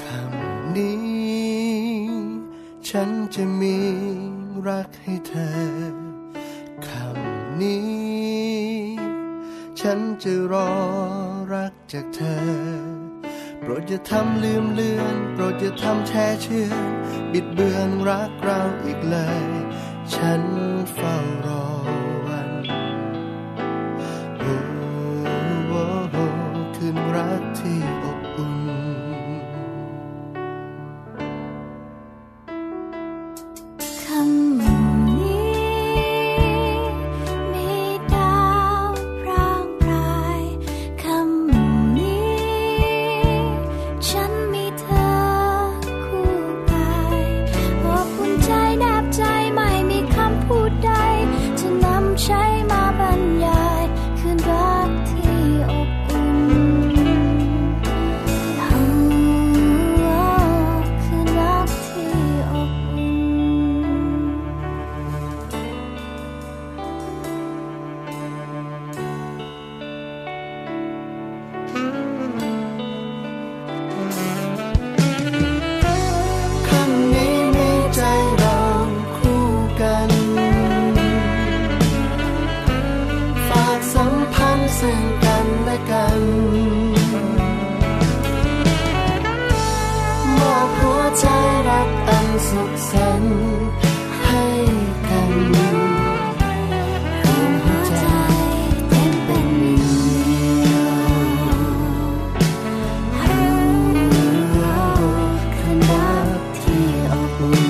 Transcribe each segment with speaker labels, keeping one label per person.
Speaker 1: คำนี้ ฉันจะมีรักให้เธอ คำนี้ ฉันจะรอรักจากเธอ โปรดอย่าทำลืมเลือน โปรดอย่าทำแช่เชื่อนบิดเบือนรักเราอีกเลย ฉันเฝ้ารอวัน โอ้โอ้โอ้คืนรักที่อบอุ่น
Speaker 2: คำนี้ มีดาวพรางพรายคำนี้ ฉันมีเธอคู่กายขอบคุณใจแนบใจไม่มีคำพูดใด จะนำใช้มาบรรยายคืนรักที่อบอุ่น โอ้คืนรักที่อบอุ่น
Speaker 1: ครั้งนี้มีใจเราคู่กัน ฝากสัมพันธ์ซึ่งกันและกัน มอบหัวใจรักอันสุขสันต์ให้กัน
Speaker 2: ร่วมหัวใจเต้นเป็นหนึ่งเดียวรู้คืนรักที่อบอุ่น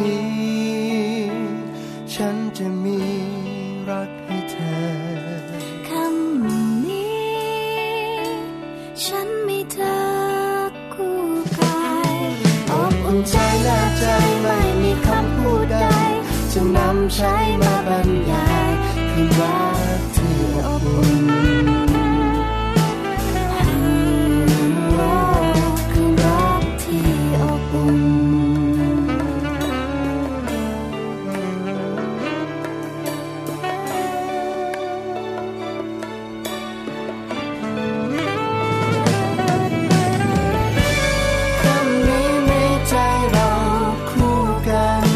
Speaker 1: นี้ ฉันจะมีรักให้เธอ
Speaker 2: คำนี้ ฉันมีเธอคู่กายอบอุ่นใจและใจไม่มีคำพูดใด จะนำใช้มาบรรยายคืนรักที่อบอุ่นโอ้คืนรักที่อบอุ่น
Speaker 1: คำนี้มีใจเราคู่กัน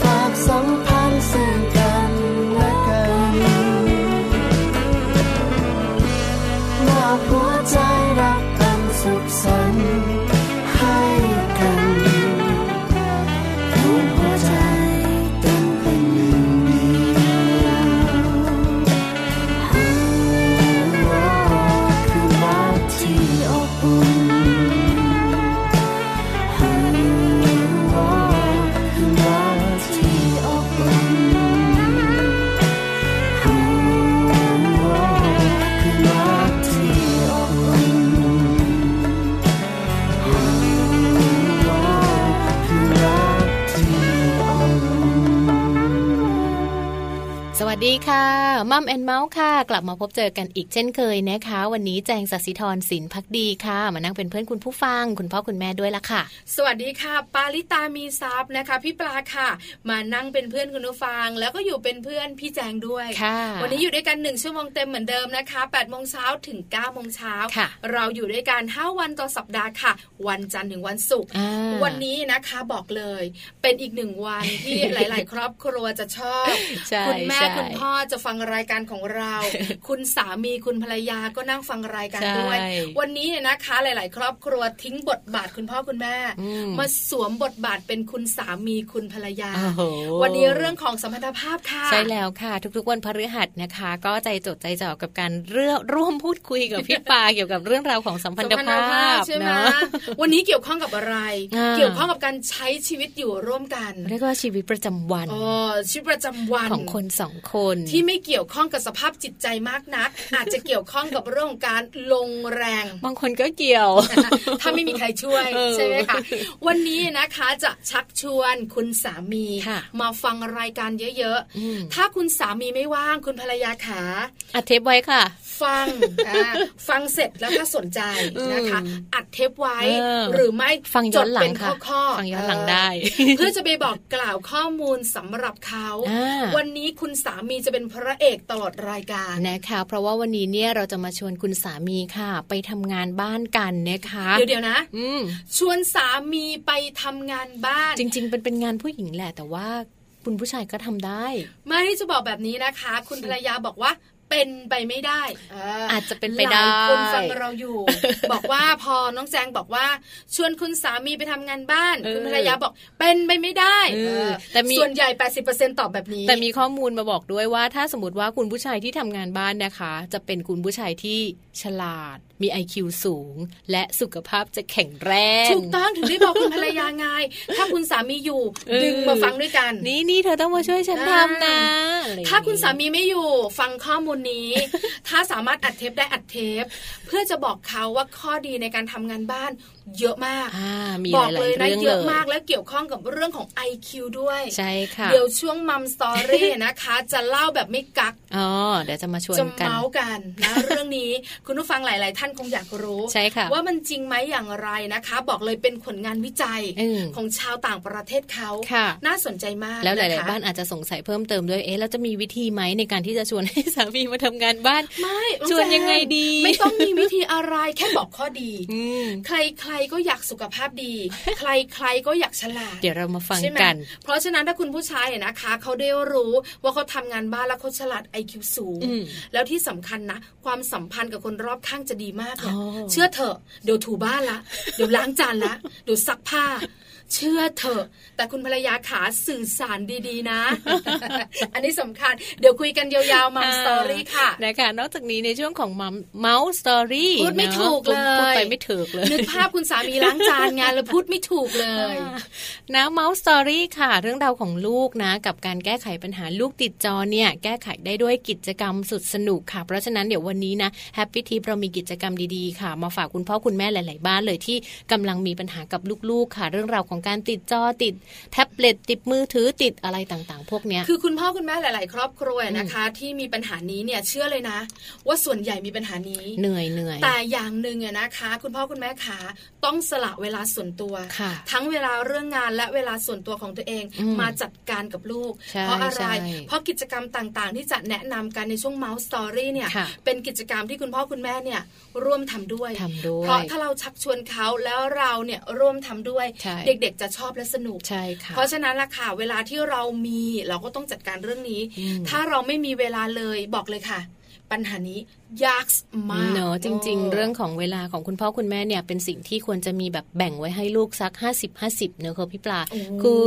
Speaker 1: ฝากสัมพันธ์ซึ่งกันและกันมอบหัวใจรักอันสุขสันต์ให้กัน
Speaker 2: ร่วมหัวใจเต้นเป็นหนึ่งเดียวคือรักที่อบอุ่นคือรักที่อบอุ่นคือรักที่อบอุ่น
Speaker 1: คือรักที่อบอุ่น
Speaker 3: สวัสดีค่ะมัมแอนเมาส์ค่ะ กลับมาพบเจอกันอีกเช่นเคยนะคะ วันนี้แจงสัสิธรศินพักดีค่ะ มานั่งเป็นเพื่อนคุณผู้ฟัง คุณพ่อคุณแม่ด้วยละค่ะ
Speaker 4: สวัสดีค่ะ ปาลิตามีซับนะคะ พี่ปลาค่ะ มานั่งเป็นเพื่อนคุณผู้ฟัง แล้วก็อยู่เป็นเพื่อนพี่แจงด้วย
Speaker 3: ค่ะ
Speaker 4: วันนี้อยู่ด้วยกันหนึ่งชั่วโมงเต็มเหมือนเดิมนะคะ8ปดโมงเช้าถึง9ก้าโมงเช้า
Speaker 3: ค่ะ
Speaker 4: เราอยู่ด้วยกัน5วันต่อสัปดาห์ค่ะ วันจันทร์ถึงวันศุกร์
Speaker 3: อ่า
Speaker 4: วันนี้นะคะบอกเลย เป็นอีกหนึ่งวันที่ หลาย ๆ ครอบครัวจะชอบ
Speaker 3: ใช่
Speaker 4: คุณแม่
Speaker 3: ใช่
Speaker 4: คุณ คุณพ่อจะฟังรายการของเรา คุณสามีคุณภรรยาก็นั่งฟังรายการด้วย
Speaker 3: ใช่
Speaker 4: วันนี้เนี่ยนะคะหลาย ๆ ครอบครัวทิ้งบทบาทคุณพ่อคุณแม่
Speaker 3: อืม
Speaker 4: มาสวมบทบาทเป็นคุณสามีคุณภรรยา
Speaker 3: โอ้โห
Speaker 4: วันนี้เรื่องของสมรรถภาพค่ะ
Speaker 3: ใช่แล้วค่ะ ทุกๆวันพฤหัสนะคะ ก็ใจจดใจจ่อกับการเรื่องร่วมพูดคุยกับพี่ ปา เกี่ยวกับเรื่องราวของสัมพันธภาพ
Speaker 4: ใช่ไหม
Speaker 3: เนาะ
Speaker 4: วันนี้เกี่ยวข้องกับอะไร
Speaker 3: อ่า
Speaker 4: เกี่ยวข้องกับการใช้ชีวิตอยู่ร่วมกัน
Speaker 3: เรียกว่าชีวิตประจำวัน
Speaker 4: อ๋อชีวิตประจำวัน
Speaker 3: ของคนสองคน
Speaker 4: ที่ไม่เกี่ยวข้องกับสภาพจิตใจมากนัก อาจจะเกี่ยวข้องกับเรื่องของการลงแรง
Speaker 3: บางคนก็เกี่ยว
Speaker 4: ถ้าไม่มีใครช่วย
Speaker 3: เออ
Speaker 4: ใช่ไหมคะวันนี้นะคะจะชักชวนคุณสามี
Speaker 3: ค่ะ
Speaker 4: มาฟังรายการเยอะ
Speaker 3: อืม
Speaker 4: ๆ ถ้าคุณสามีไม่ว่างคุณภรรยาขา
Speaker 3: อัดเทปไว้ค่ะ
Speaker 4: ฟั งอ่าฟังเสร็จแล้วถ้าสนใจนะคะ
Speaker 3: อืม
Speaker 4: อัดเทปไว้
Speaker 3: เออ
Speaker 4: หรือไม่
Speaker 3: ฟังย้อนหลั
Speaker 4: จดเป็
Speaker 3: ง
Speaker 4: น
Speaker 3: ค่ะ
Speaker 4: ข้อๆ
Speaker 3: ฟังย้อนหลังได้
Speaker 4: เอ อเพื่อจะไปบอกกล่าวข้อมูลสำหรับเขา
Speaker 3: อ่า
Speaker 4: วันนี้คุณสามีจะเป็นพระเอกตลอดรายการ
Speaker 3: นะคะ เพราะว่าวันนี้เนี่ยเราจะมาชวนคุณสามีค่ะ ไปทำงานบ้านกันนะคะ
Speaker 4: เดี๋ยวเดี๋ยวๆนะ
Speaker 3: อืม
Speaker 4: ชวนสามีไปทำงานบ้าน
Speaker 3: จริงๆเป็นเป็นงานผู้หญิงแหละ แต่ว่าคุณผู้ชายก็ทำได้
Speaker 4: ไม่จะบอกแบบนี้นะคะ คุณภรรยาบอกว่าเป็นไปไม่ได้เอออา
Speaker 3: อาจจะเป็นไปได้
Speaker 4: หลายคนฟังเราอยู่ บอกว่าพอน้องแจงบอกว่า ชวนคุณสามีไปทำงานบ้าน
Speaker 3: เออ
Speaker 4: คุณภรรยาบอกเป็นไปไม่ได้
Speaker 3: เออ
Speaker 4: เออ
Speaker 3: แต่มี
Speaker 4: ส่วนใหญ่ 80%ตอบแบบนี้
Speaker 3: แต่มีข้อมูลมาบอกด้วยว่า ถ้าสมมติว่าคุณผู้ชายที่ทำงานบ้านนะคะ จะเป็นคุณผู้ชายที่ฉลาด มี IQ สูง และสุขภาพจะแข็งแรง
Speaker 4: ถูกต้องถึงได้บอกคุณภรรยาไงถ้าคุณสามีอยู่
Speaker 3: เออ
Speaker 4: ดึงมาฟังด้วยกัน
Speaker 3: นี่นี่เธอต้องมาช่วยฉันทำนะอะไรอย่งนี้
Speaker 4: ถ้าคุณสามีไม่อยู่ฟังข้อมูลนี้ ถ้าสามารถอัดเทปได้อัดเทป เพื่อจะบอกเขาว่าข้อดีในการทำงานบ้านเยอะมาก
Speaker 3: อ่ามี
Speaker 4: บ
Speaker 3: ห
Speaker 4: อกเล
Speaker 3: ลาย
Speaker 4: ย
Speaker 3: ๆ
Speaker 4: นะ
Speaker 3: เรื่อง
Speaker 4: เย
Speaker 3: เล
Speaker 4: อะ
Speaker 3: ย
Speaker 4: มากแล้วเกี่ยวข้องกับเรื่องของ IQ ด้วย
Speaker 3: ใช่ค่ะ
Speaker 4: เดี๋ยวช่วงมัมสตอรี่นะคะ จะเล่าแบบไม่กัก
Speaker 3: อ๋อเดี๋ยวจะมาชวน
Speaker 4: จะ
Speaker 3: กัน
Speaker 4: เมาส์กันนะ เรื่องนี้คุณผู้ฟังหลาย ๆ ท่านคงอยากรู้
Speaker 3: ใช่ค่ะ
Speaker 4: ว่ามันจริงไหมอย่างไรนะคะ บอกเลยเป็นผลงานวิจัย
Speaker 3: อืม
Speaker 4: ของชาวต่างประเทศเขา
Speaker 3: ค่ะ
Speaker 4: น่าสนใจมาก
Speaker 3: แล้วหลาย
Speaker 4: ะ
Speaker 3: ๆ
Speaker 4: คะ
Speaker 3: บ้านอาจจะสงสัยเพิ่มเติมด้วย เอ๊ะ แล้วจะมีวิธีไหมในการที่จะชวนให้สามีมาทำงานบ้าน
Speaker 4: ไม่
Speaker 3: ชวน
Speaker 4: น้อแจ
Speaker 3: ยังไงดี
Speaker 4: ไม่ต้องมีวิธีอะไรแค่บอกข้อดี
Speaker 3: อืม
Speaker 4: ใคร ๆ ก็อยากสุขภาพดี ใคร ๆ ก็อยากฉลาด
Speaker 3: เดี๋ยวเรามาฟัง
Speaker 4: ใช่ไหม
Speaker 3: กัน
Speaker 4: เพราะฉะนั้นถ้าคุณผู้ชายเนี่ยนะคะ เขาได้รู้ว่าเขาทำงานบ้านแล้วเขาฉลาด IQ สูง
Speaker 3: อืม
Speaker 4: แล้วที่สำคัญนะ ความสัมพันธ์กับคนรอบข้างจะดีมากเนี่ย
Speaker 3: อ๋อ
Speaker 4: เชื่อเถอะเดี๋ยวถูบ้านละ เดี๋ยวล้างจานละ เดี๋ยวซักผ้า เชื่อเถอะ แต่คุณภรรยาขาสื่อสารดีๆ นะ อันนี้สำคัญ เดี๋ยวคุยกันยาวๆมัมสตอรี่ค่ะ
Speaker 3: นะคะนอกจากนี้ในช่วงของมัมเมาส์สตอรี่
Speaker 4: พูดไม่ถูกเลย
Speaker 3: พูดไปไม่ถูกเลย
Speaker 4: นึกภาพคุณสามีล้างจานงานแล้วพูดไม่ถูกเลย
Speaker 3: นะเมาส์สตอรี่ค่ะ เรื่องราวของลูกนะ กับการแก้ไขปัญหาลูกติดจอเนี่ย แก้ไขได้ด้วยกิจกรรมสุดสนุกค่ะ เพราะฉะนั้นเดี๋ยววันนี้นะแฮปปี้ทิปเรามีกิจกรรมดีๆค่ะ มาฝากคุณพ่อคุณแม่หลาย ๆ บ้านเลยที่กำลังมีปัญหากับลูกๆ ค่ะ เรื่องราวของการติดจอติดแท็บเล็ตติดมือถือติดอะไรต่างๆ พวกเนี้ย
Speaker 4: คือคุณพ่อคุณแม่หลาย ๆ ครอบครัวนะคะ ที่มีปัญหานี้เนี่ยเชื่อเลยนะ ว่าส่วนใหญ่มีปัญหานี้
Speaker 3: เหนื่อยเหนื่อยๆ
Speaker 4: แต่อย่างหนึ่งอะนะคะ คุณพ่อคุณแม่ขาต้องสละเวลาส่วนตัว
Speaker 3: ค่ะ
Speaker 4: ทั้งเวลาเรื่องงานและเวลาส่วนตัวของตัวเอง
Speaker 3: อืม
Speaker 4: มาจัดการกับลูก
Speaker 3: ใช่
Speaker 4: เพราะอะไร
Speaker 3: ใช่
Speaker 4: เพราะกิจกรรมต่างๆ ที่จะแนะนำกันในช่วงเมาส์สตอรี่เนี่ย
Speaker 3: ค่ะ
Speaker 4: เป็นกิจกรรมที่คุณพ่อคุณแม่เนี่ยร่วมทำด้วย
Speaker 3: ทำด้วย
Speaker 4: เพราะถ้าเราชักชวนเขาแล้วเราเนี่ยร่วมทำด้วย
Speaker 3: ใช่
Speaker 4: เด็กๆ จะชอบและสนุก
Speaker 3: ใช่ค่ะ
Speaker 4: เพราะฉะนั้นล่ะค่ะ เวลาที่เรามีเราก็ต้องจัดการเรื่องนี้
Speaker 3: อืม
Speaker 4: ถ้าเราไม่มีเวลาเลยบอกเลยค่ะ ปัญหานี้ยากมาก
Speaker 3: เนอะจริง
Speaker 4: โ
Speaker 3: ๆ เรื่องของเวลาของคุณพ่อคุณแม่เนี่ยเป็นสิ่งที่ควรจะมีแบบแบ่งไว้ให้ลูกสัก 50 50เนอะค่ะพี่ปลา
Speaker 4: โอ้
Speaker 3: คือ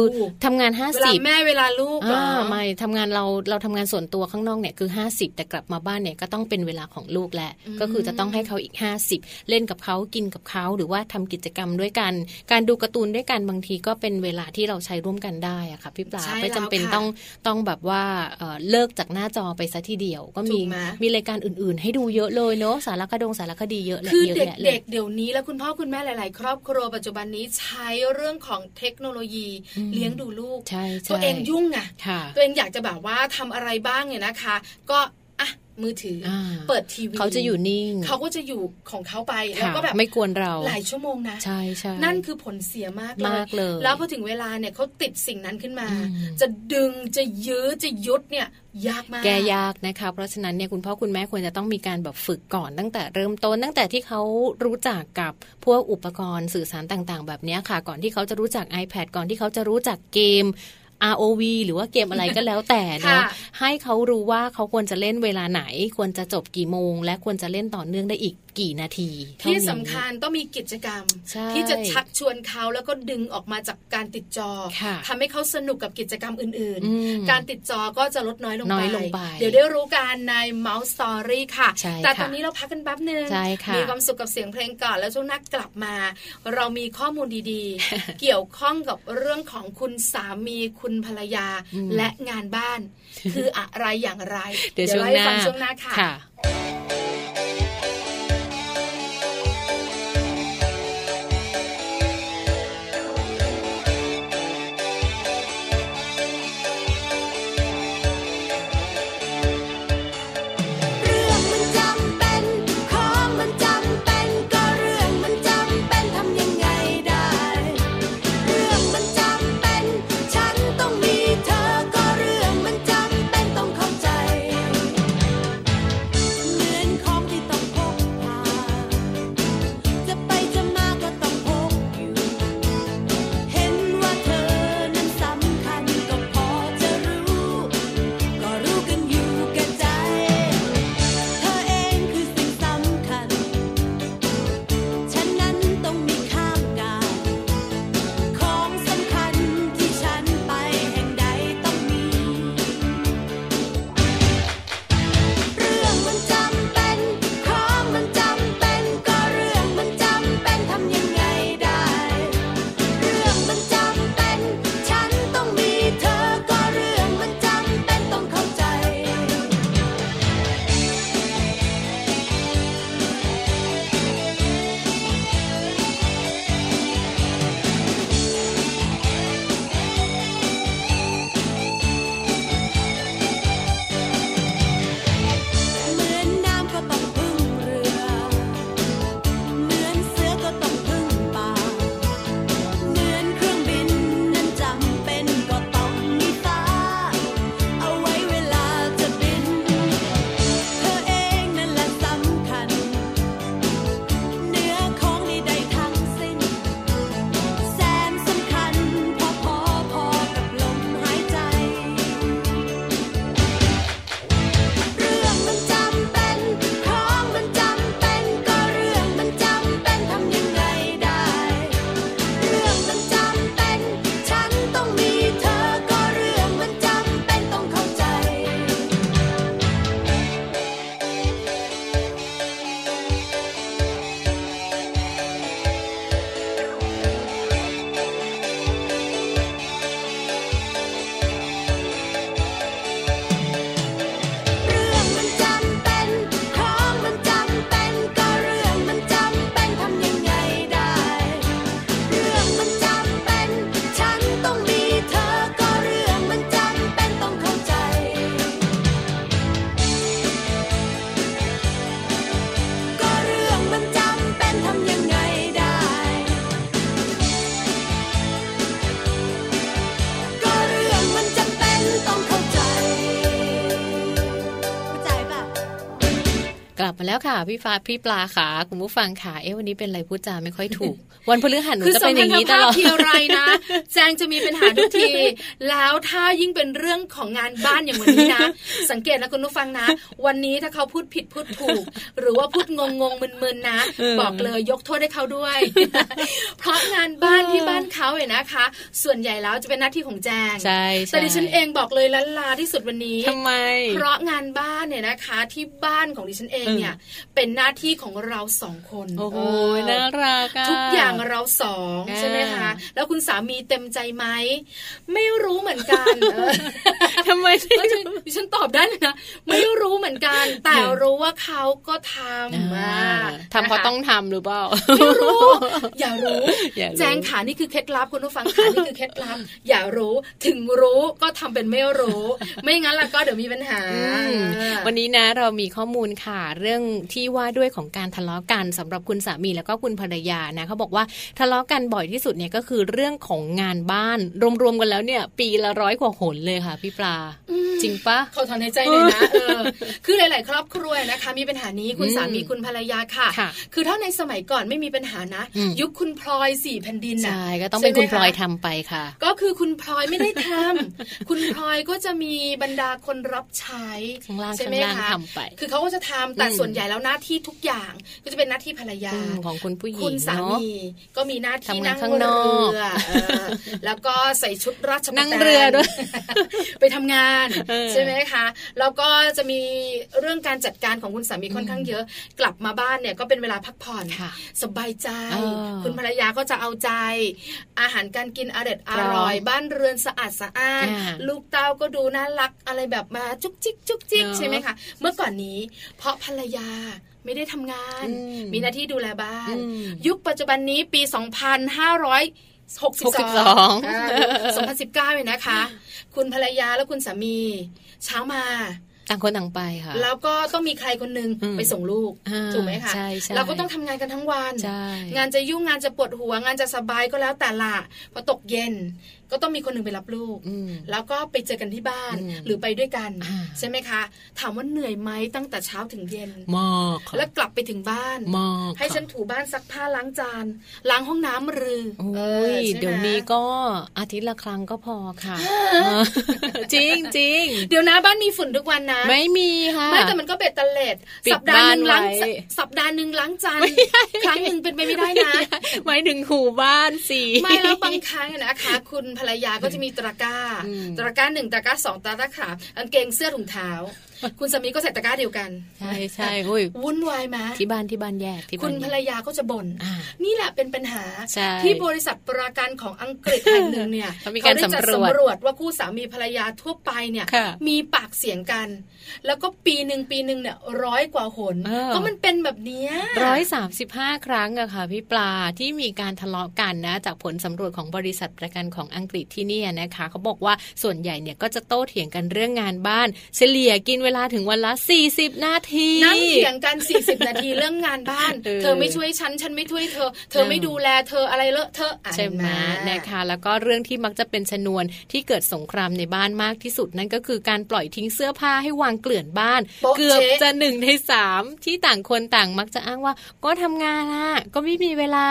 Speaker 3: ทำงาน
Speaker 4: เวลา
Speaker 3: 50
Speaker 4: แม่เวลาลูกเหรอ
Speaker 3: อ่าไม่ทำงานเราเราทำงานส่วนตัวข้างนอกเนี่ยคือ 50 แต่กลับมาบ้านเนี่ยก็ต้องเป็นเวลาของลูกแหละก็คือจะต้องให้เขาอีก 50 เล่นกับเขากินกับเขาหรือว่าทำกิจกรรมด้วยกัน การดูการ์ตูนด้วยกันบางทีก็เป็นเวลาที่เราใช้ร่วมกันได้อะค่ะพี่ปลา
Speaker 4: ใช่
Speaker 3: ไม่จำเป็น
Speaker 4: แล้วค่ะ
Speaker 3: ต้องต้องแบบว่าเอ่อเลิกจากหน้าจอไปซะทีเดียวก็มี
Speaker 4: ถูกไหม
Speaker 3: มีรายการอื่นๆ ให้ดูเยอะเลยเนาะสารคดงสารคดีเยอะแหละ
Speaker 4: คือ
Speaker 3: เยอะ
Speaker 4: เด็ก
Speaker 3: แยะ
Speaker 4: ๆ
Speaker 3: เลย
Speaker 4: เดี๋ยวนี้และคุณพ่อคุณแม่หลาย ๆ ครอบครัวปัจจุบันนี้ใช้เรื่องของเทคโนโลยี
Speaker 3: อืม
Speaker 4: เลี้ยงดูลูก
Speaker 3: ใช่ใช่
Speaker 4: ตัวเองยุ่งไง
Speaker 3: ค่ะ
Speaker 4: ตัวเองอยากจะแบบว่าทำอะไรบ้างเนี่ยนะคะ ก็อ่ะมือถืออ
Speaker 3: อ่า
Speaker 4: เปิดทีวี
Speaker 3: เขาจะอยู่นิ่ง
Speaker 4: เขาก็จะอยู่ของเขาไปแล้ว
Speaker 3: ค่ะ
Speaker 4: ก็แบบ
Speaker 3: ไม่กวนเรา
Speaker 4: หลายชั่วโมงนะ
Speaker 3: ใช่ใช่
Speaker 4: นั่นคือผลเสียมากเลย
Speaker 3: มากเลย
Speaker 4: แล้วพอถึงเวลาเนี่ยเขาติดสิ่งนั้นขึ้นมา
Speaker 3: อืม
Speaker 4: จะดึงจะยื้อจะยุดเนี่ย ยากมาก
Speaker 3: แก้ยากนะคะ เพราะฉะนั้นเนี่ยคุณพ่อคุณแม่ควรจะต้องมีการแบบฝึกก่อนตั้งแต่เริ่มต้น ตั้งแต่ที่เขารู้จักกับพวกอุปกรณ์สื่อสารต่างๆ แบบเนี้ยค่ะ ก่อนที่เขาจะรู้จัก iPad ก่อนที่เขาจะรู้จักเกม ROV หรือว่าเกมอะไรก็แล้วแต่เนาะ
Speaker 4: ค่ะ
Speaker 3: ให้เขารู้ว่าเขาควรจะเล่นเวลาไหน ควรจะจบกี่โมง และควรจะเล่นต่อเนื่องได้อีกกี่นาทีเท่า
Speaker 4: ที่
Speaker 3: นี้
Speaker 4: สำคัญต้องมีกิจกรรม
Speaker 3: ใช่
Speaker 4: ที่จะชักชวนเขาแล้วก็ดึงออกมาจากการติดจอ
Speaker 3: ค่ะ
Speaker 4: ทำให้เขาสนุกกับกิจกรรมอื่น
Speaker 3: อืม
Speaker 4: การติดจอก็จะลดน้อยลง
Speaker 3: น้
Speaker 4: ไป
Speaker 3: อยลงไป
Speaker 4: เดี๋ยวได้รู้กันใน Mouse Story ค่ะ
Speaker 3: ใช่
Speaker 4: แต่
Speaker 3: ค่ะ
Speaker 4: ตอนนี้เราพักกันแป๊บหนึ่ง
Speaker 3: ใช่ค่ะ
Speaker 4: มีความสุขกับเสียงเพลงก่อนแล้วช่วงหน้ากลับมา เรามีข้อมูลดี ๆ เกี่ยวข้องกับเรื่องของคุณสามีคุณภรรยา
Speaker 3: อืม
Speaker 4: และงานบ้าน คืออะไรอย่างไร
Speaker 3: เดี๋ยวช่วง
Speaker 4: เล่า
Speaker 3: ห
Speaker 4: ให้
Speaker 3: น้า
Speaker 4: ฟังช่วงหน้าค่ะ
Speaker 3: ค่ะ
Speaker 2: เรื่องมันจำเป็น ของมันจำเป็น ก็เรื่องมันจำเป็นทำยังไงได้ เรื่องมันจำเป็น ฉันต้องมีเธอ ก็เรื่องมันจำเป็นต้องเข้าใจ เหมือนของที่ต้องพกพา จะไปจะมาก็ต้องพกอยู่ เห็นว่าเธอนั้นสำคัญก็พอจะรู้ ก็รู้กันอยู่แก่ใจ เธอเองคือสิ่งสำคัญ ฉันนั้นต้องมีข้ามกาย ของสำคัญที่ฉันไปแห่งใดต้องมี เรื่องมันจำเป็น ของมันจำเป็น ก็เรื่องมันจำเป็นทำยังไงได้ เรื่องมันจำเป็น ฉันต้องมีเธอ ก็เรื่องมันจำเป็นต้องเข้าใจ เหมือนน้ำก็ต้องพึ่งเรือ เหมือนเสือก็ต้องพึ่งป่า เหมือนเครื่องบินนั้นจำเป็นก็ต้องมีฟ้า เอาไว้เวลาจะบิน เธอเองนั่นแหละสำคัญ เนื้อของใดๆทั้งสิ้น แสนสำคัญพอพอพอกับลมหายใจ เรื่องมันจำเป็น ของมันจำเป็น ก็เรื่องมันจำเป็นทำยังไงได้ เรื่องมันจำเป็น ฉันต้องมีเธอ ก็เรื่องมันจำเป็นต้องเข้าใจ เรื่องมันจำเป็น ของมันจำเป็น ก็เรื่องมันจำเป็นทำยังไงได้ เรื่องมันจำเป็น ฉันต้องมีเธอ ก็เรื่องมันจำเป็นต้องเข้าใจ ก็เรื่องมันจำเป็นทำยังไงได้ ก็เรื่องมันจำเป็นต้องเข้าใจ เข้าใจป่ะ
Speaker 3: กลับมาแล้วค่ะ พี่ฟ้าพี่ปลาค่ะคุณผู้ฟังค่ะเอ๊ะวันนี้เป็นอะไรพูดจาไม่ค่อยถูก วันพฤหัสหนู
Speaker 4: คือ
Speaker 3: จะ
Speaker 4: สม
Speaker 3: เป็นอ
Speaker 4: พัน
Speaker 3: ย่าง
Speaker 4: ธ
Speaker 3: นี้ต
Speaker 4: ภา
Speaker 3: ล
Speaker 4: พ
Speaker 3: อด
Speaker 4: ทีไรนะ แจงจะมีปัญหาทุกที แล้วถ้ายิ่งเป็นเรื่องของงานบ้านอย่างวันนี้นะ สังเกตนะคุณผู้ฟังนะ วันนี้ถ้าเขาพูดผิดพูดถูก หรือว่าพูดงงงๆมึนๆนะ
Speaker 3: เออ
Speaker 4: บอกเลยยกโทษให้เขาด้วย เพราะงานบ้านที่บ้านเขาเนี่ยนะคะ ส่วนใหญ่แล้วจะเป็นหน้าที่ของแจง
Speaker 3: ใช่ใช่
Speaker 4: แต่ดิฉันเองบอกเลยลันลาที่สุดวันนี้
Speaker 3: ทำไม
Speaker 4: เพราะงานบ้านเนี่ยนะคะที่บ้านของดิฉันเองเนี่ย เป็นหน้าที่ของเราสองคน
Speaker 3: โอ้โหน่ารักะ
Speaker 4: ทุกอย่างเราสอง
Speaker 3: อ่า
Speaker 4: ใช่ไหมคะ แล้วคุณสามีเต็มใจไหม ไม่รู้เหมือน กันเออ
Speaker 3: ทำไมถึง
Speaker 4: ก็คือดิฉันตอบได้เลยนะ ไม่รู้เหมือนกัน แต่
Speaker 3: อืม
Speaker 4: รู้ว่าเขาก็ทำ
Speaker 3: อ่า
Speaker 4: อ่า
Speaker 3: ทำเพราะต้องทำหรือเปล่า
Speaker 4: ไม่รู้ อย่ารู้
Speaker 3: อย่ารู้
Speaker 4: แจงขานี่คือเคล็ดลับคุณผู้ฟังขานี่คือเคล็ดลับ อย่ารู้ถึงรู้ก็ทำเป็นไม่รู้ ไม่งั้นล่ะก็เดี๋ยวมีปัญหา
Speaker 3: อืม
Speaker 4: อ่า
Speaker 3: วันนี้นะเรามีข้อมูลค่ะ เรื่องที่ว่าด้วยของการทะเลาะกันสำหรับคุณสามีแล้วก็คุณภรรยานะเขาบอกว่าทะเลาะกันบ่อยที่สุดเนี่ยก็คือเรื่องของงานบ้าน รวมๆกันแล้วเนี่ย ปีละร้อยกว่าหนเลยค่ะ พี่ปลา
Speaker 4: อืม
Speaker 3: จริงปะ
Speaker 4: เขาถอนหายใจเลยนะเออคือหลาย ๆ ครอบครัวนะคะ มีปัญหานี้คุณ
Speaker 3: อืม
Speaker 4: สามีคุณภรรยาค่ะ
Speaker 3: ค่ะ
Speaker 4: คือถ้าในสมัยก่อนไม่มีปัญหานะ
Speaker 3: อืม
Speaker 4: ยุคคุณพลอยสี่แผ่นดินน่ะ
Speaker 3: ใช่ก็ต้องเป็นคุณพ
Speaker 4: ใช่
Speaker 3: ล
Speaker 4: ไห
Speaker 3: อ
Speaker 4: มะ
Speaker 3: ยทำไปค่ะ
Speaker 4: ก็คือคุณพลอยไม่ได้ทำ คุณพลอยก็จะมีบรรดาคนรับใช้
Speaker 3: ข้างล่าง
Speaker 4: ใช่
Speaker 3: ข้า
Speaker 4: ไหม
Speaker 3: งล่าง
Speaker 4: คะ
Speaker 3: ทำไป
Speaker 4: คือเขาก็จะทำแต่
Speaker 3: อืม
Speaker 4: ส่วนใหญ่แล้วหน้าที่ทุกอย่าง ก็จะเป็นหน้าที่ภรรยา
Speaker 3: อืมของคุณผู้หญิ
Speaker 4: คุณ
Speaker 3: ง
Speaker 4: สา
Speaker 3: เนาะ
Speaker 4: มีก็มีหน้าที่
Speaker 3: ทำงาน
Speaker 4: นั่ง
Speaker 3: ข้างนอก
Speaker 4: เรือ เออแล้วก็ใส่ชุดราชประ
Speaker 3: นั่งเรือด้วย
Speaker 4: ไปทำงาน
Speaker 3: เออ
Speaker 4: ใช่ไหมคะแล้วก็จะมีเรื่องการจัดการของคุณสามีค่อนข้างเยอะ กลับมาบ้านเนี่ยก็เป็นเวลาพักผ่อน
Speaker 3: ค่ะ
Speaker 4: สบายใจ
Speaker 3: เออ
Speaker 4: คุณภรรยาก็จะเอาใจ อาหารการกินอร่อยอร่อย บ้านเรือนสะอาดสะอ้าน
Speaker 3: อ่า
Speaker 4: ลูกเต้าก็ดูน่ารักอะไรแบบมาจุกจิกจุกจิก
Speaker 3: เนอะ
Speaker 4: ใช่ไหมคะเมื่อก่อนนี้ เพราะภรรยาไม่ได้ทำงาน
Speaker 3: อืม
Speaker 4: มีหน้าที่ดูแลบ้าน
Speaker 3: อืม
Speaker 4: ยุคปัจจุบันนี้ปี 2562
Speaker 3: 62
Speaker 4: อ่า2019เลยนะคะ คุณภรรยาและคุณสามี เช้ามา
Speaker 3: ต่างคนต่างไปค่ะ
Speaker 4: แล้วก็ต้องมีใครคนหนึง
Speaker 3: อืม
Speaker 4: ไปส่งลูก
Speaker 3: อ่า
Speaker 4: ถูกไหมคะ
Speaker 3: ใช่ใช่
Speaker 4: เราก็ต้องทำงานกันทั้งวัน
Speaker 3: ใช่
Speaker 4: งานจะยุ่งงานจะปวดหัวงานจะสบายก็แล้วแต่ละพอตกเย็น ก็ต้องมีคนหนึ่งไปรับลูก
Speaker 3: อืม
Speaker 4: แล้วก็ไปเจอกันที่บ้าน
Speaker 3: อืม
Speaker 4: หรือไปด้วยกัน
Speaker 3: อ่า
Speaker 4: ใช่ไหมคะ ถามว่าเหนื่อยไหมตั้งแต่เช้าถึงเย็น
Speaker 3: มากค่ะ
Speaker 4: แล้วกลับไปถึงบ้าน
Speaker 3: มาก
Speaker 4: ให้ฉัน
Speaker 3: ค่ะ
Speaker 4: ถูบ้านซักผ้าล้างจานล้างห้องน้ำหรือ
Speaker 3: โอ้
Speaker 4: เอยอใช่ไหม
Speaker 3: เดี๋ยวนี้ก็อาทิตย์ละครั้งก็พอค่ะเออจริงจริง
Speaker 4: เดี๋ยวนะบ้านมีฝุ่นทุกวันนะ
Speaker 3: ไม่มีค่ะ
Speaker 4: ไม่แต่มันก็เบ็ดเตะเล็ด
Speaker 3: ปิด
Speaker 4: สัปดาห์หนึ่งล้าง
Speaker 3: บ้านไว้
Speaker 4: สัปดาห์หนึ่งล้างจานครั้งหนึ่งเป็นไปไม่ได้นะ
Speaker 3: หมายถึงหูบ้านสิ
Speaker 4: ไม่แล้วบางครั้งอะนะคะ คุณภรรยาก็จะมีตะกร้า
Speaker 3: อืม
Speaker 4: ตะกร้าหนึ่งตะกร้าสองตะกร้าขามกางเกงเสื้อถุง เท้า คุณสามีก็ใส่ตะกร้าเดียวกัน
Speaker 3: ใช่ใช่โอ้ย
Speaker 4: วุ่นวายไหมา
Speaker 3: ที่บ้านที่บ้านแยกที่
Speaker 4: คุ
Speaker 3: บ้าน
Speaker 4: ณ
Speaker 3: แยก
Speaker 4: ภรรยาก็จะบ่น
Speaker 3: อ่า
Speaker 4: นี่แหละเป็นปัญหา
Speaker 3: ใช่
Speaker 4: ที่บริษัทประกันของอังกฤษแห่งหนึ่งเนี่ย
Speaker 3: เขามีการ
Speaker 4: ได้จัด
Speaker 3: สำรวจ
Speaker 4: สำรวจว่าคู่สามีภรรยาทั่วไปเนี่ย
Speaker 3: ค่ะ
Speaker 4: มีปากเสียงกัน แล้วก็ปีหนึ่งปีหนึ่งเนี่ยร้อยกว่าหน
Speaker 3: เออ
Speaker 4: ก็มันเป็นแบบเนี้ย
Speaker 3: ร้อยสามสิบห้าครั้งอะค่ะพี่ปลาที่มีการทะเลาะกันนะ จากผลสำรวจของบริษัทประกันของอังกฤษที่เนี่ยนะคะ เขาบอกว่าส่วนใหญ่เนี่ยก็จะโต้เถียงกันเรื่องงานบ้าน เฉลี่ยกินเวลาถึงวันละ 40 นาที
Speaker 4: นั่งเถียงกัน 40 นาทีเรื่องงานบ้าน
Speaker 3: เออ
Speaker 4: เธอไม่ช่วยฉัน ฉันไม่ช่วยเธอ เธอไม่
Speaker 3: เออ
Speaker 4: ดูแลเธออะไรเลอะเธอะอ่าน
Speaker 3: ใช่ไหมา นะคะ แล้วก็เรื่องที่มักจะเป็นชนวนที่เกิดสงครามในบ้านมากที่สุดนั่นก็คือการปล่อยทิ้งเสื้อผ้าให้วางเกลื่อนบ้าน
Speaker 4: โป๊ะ
Speaker 3: เกือบ
Speaker 4: เช๊
Speaker 3: จะหนึ่งในสามที่ต่างคนต่างมักจะอ้างว่า ก็ทำงานอะก็ไม่มีเวลา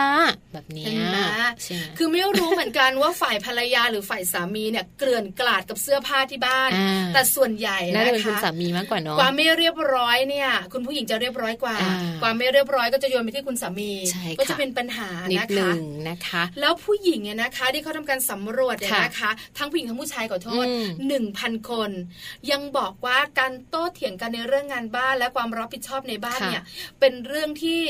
Speaker 3: แบบเนี้
Speaker 4: เห็
Speaker 3: ย
Speaker 4: นไหม
Speaker 3: ใช่ไหม
Speaker 4: คือไม่รู้เหมือนกันว่าฝ่ายภรรยาหรือฝ่ายสามีเนี่ยเกลื่อนกลาดกับเสื้อผ้าที่บ้าน
Speaker 3: อ่า
Speaker 4: แต่ส่วนใหญ่
Speaker 3: น่าจะ
Speaker 4: นะ
Speaker 3: เป็นคุณ
Speaker 4: คะ
Speaker 3: สามีมากกว่าเนาะ
Speaker 4: ความไม่เรียบร้อยเนี่ย คุณผู้หญิงจะเรียบร้อยกว่า
Speaker 3: อ่า
Speaker 4: ความไม่เรียบร้อยก็จะโยนไปที่คุณสามี
Speaker 3: ใช่ค่ะ
Speaker 4: ก็จะเป็นปัญหา
Speaker 3: นิด
Speaker 4: นะ
Speaker 3: ห
Speaker 4: คะ
Speaker 3: นึ่งนะคะ
Speaker 4: แล้วผู้หญิงเนี่ยนะคะที่เขาทำการสำรวจเนี่ย
Speaker 3: ค่ะ
Speaker 4: นะคะ ทั้งผู้หญิงทั้งผู้ชายขอโทษ
Speaker 3: อืม
Speaker 4: หนึ่งพันคน ยังบอกว่าการโต้เถียงกันในเรื่องงานบ้านและความรับผิดชอบในบ้านเนี่ย เป็นเรื่องที่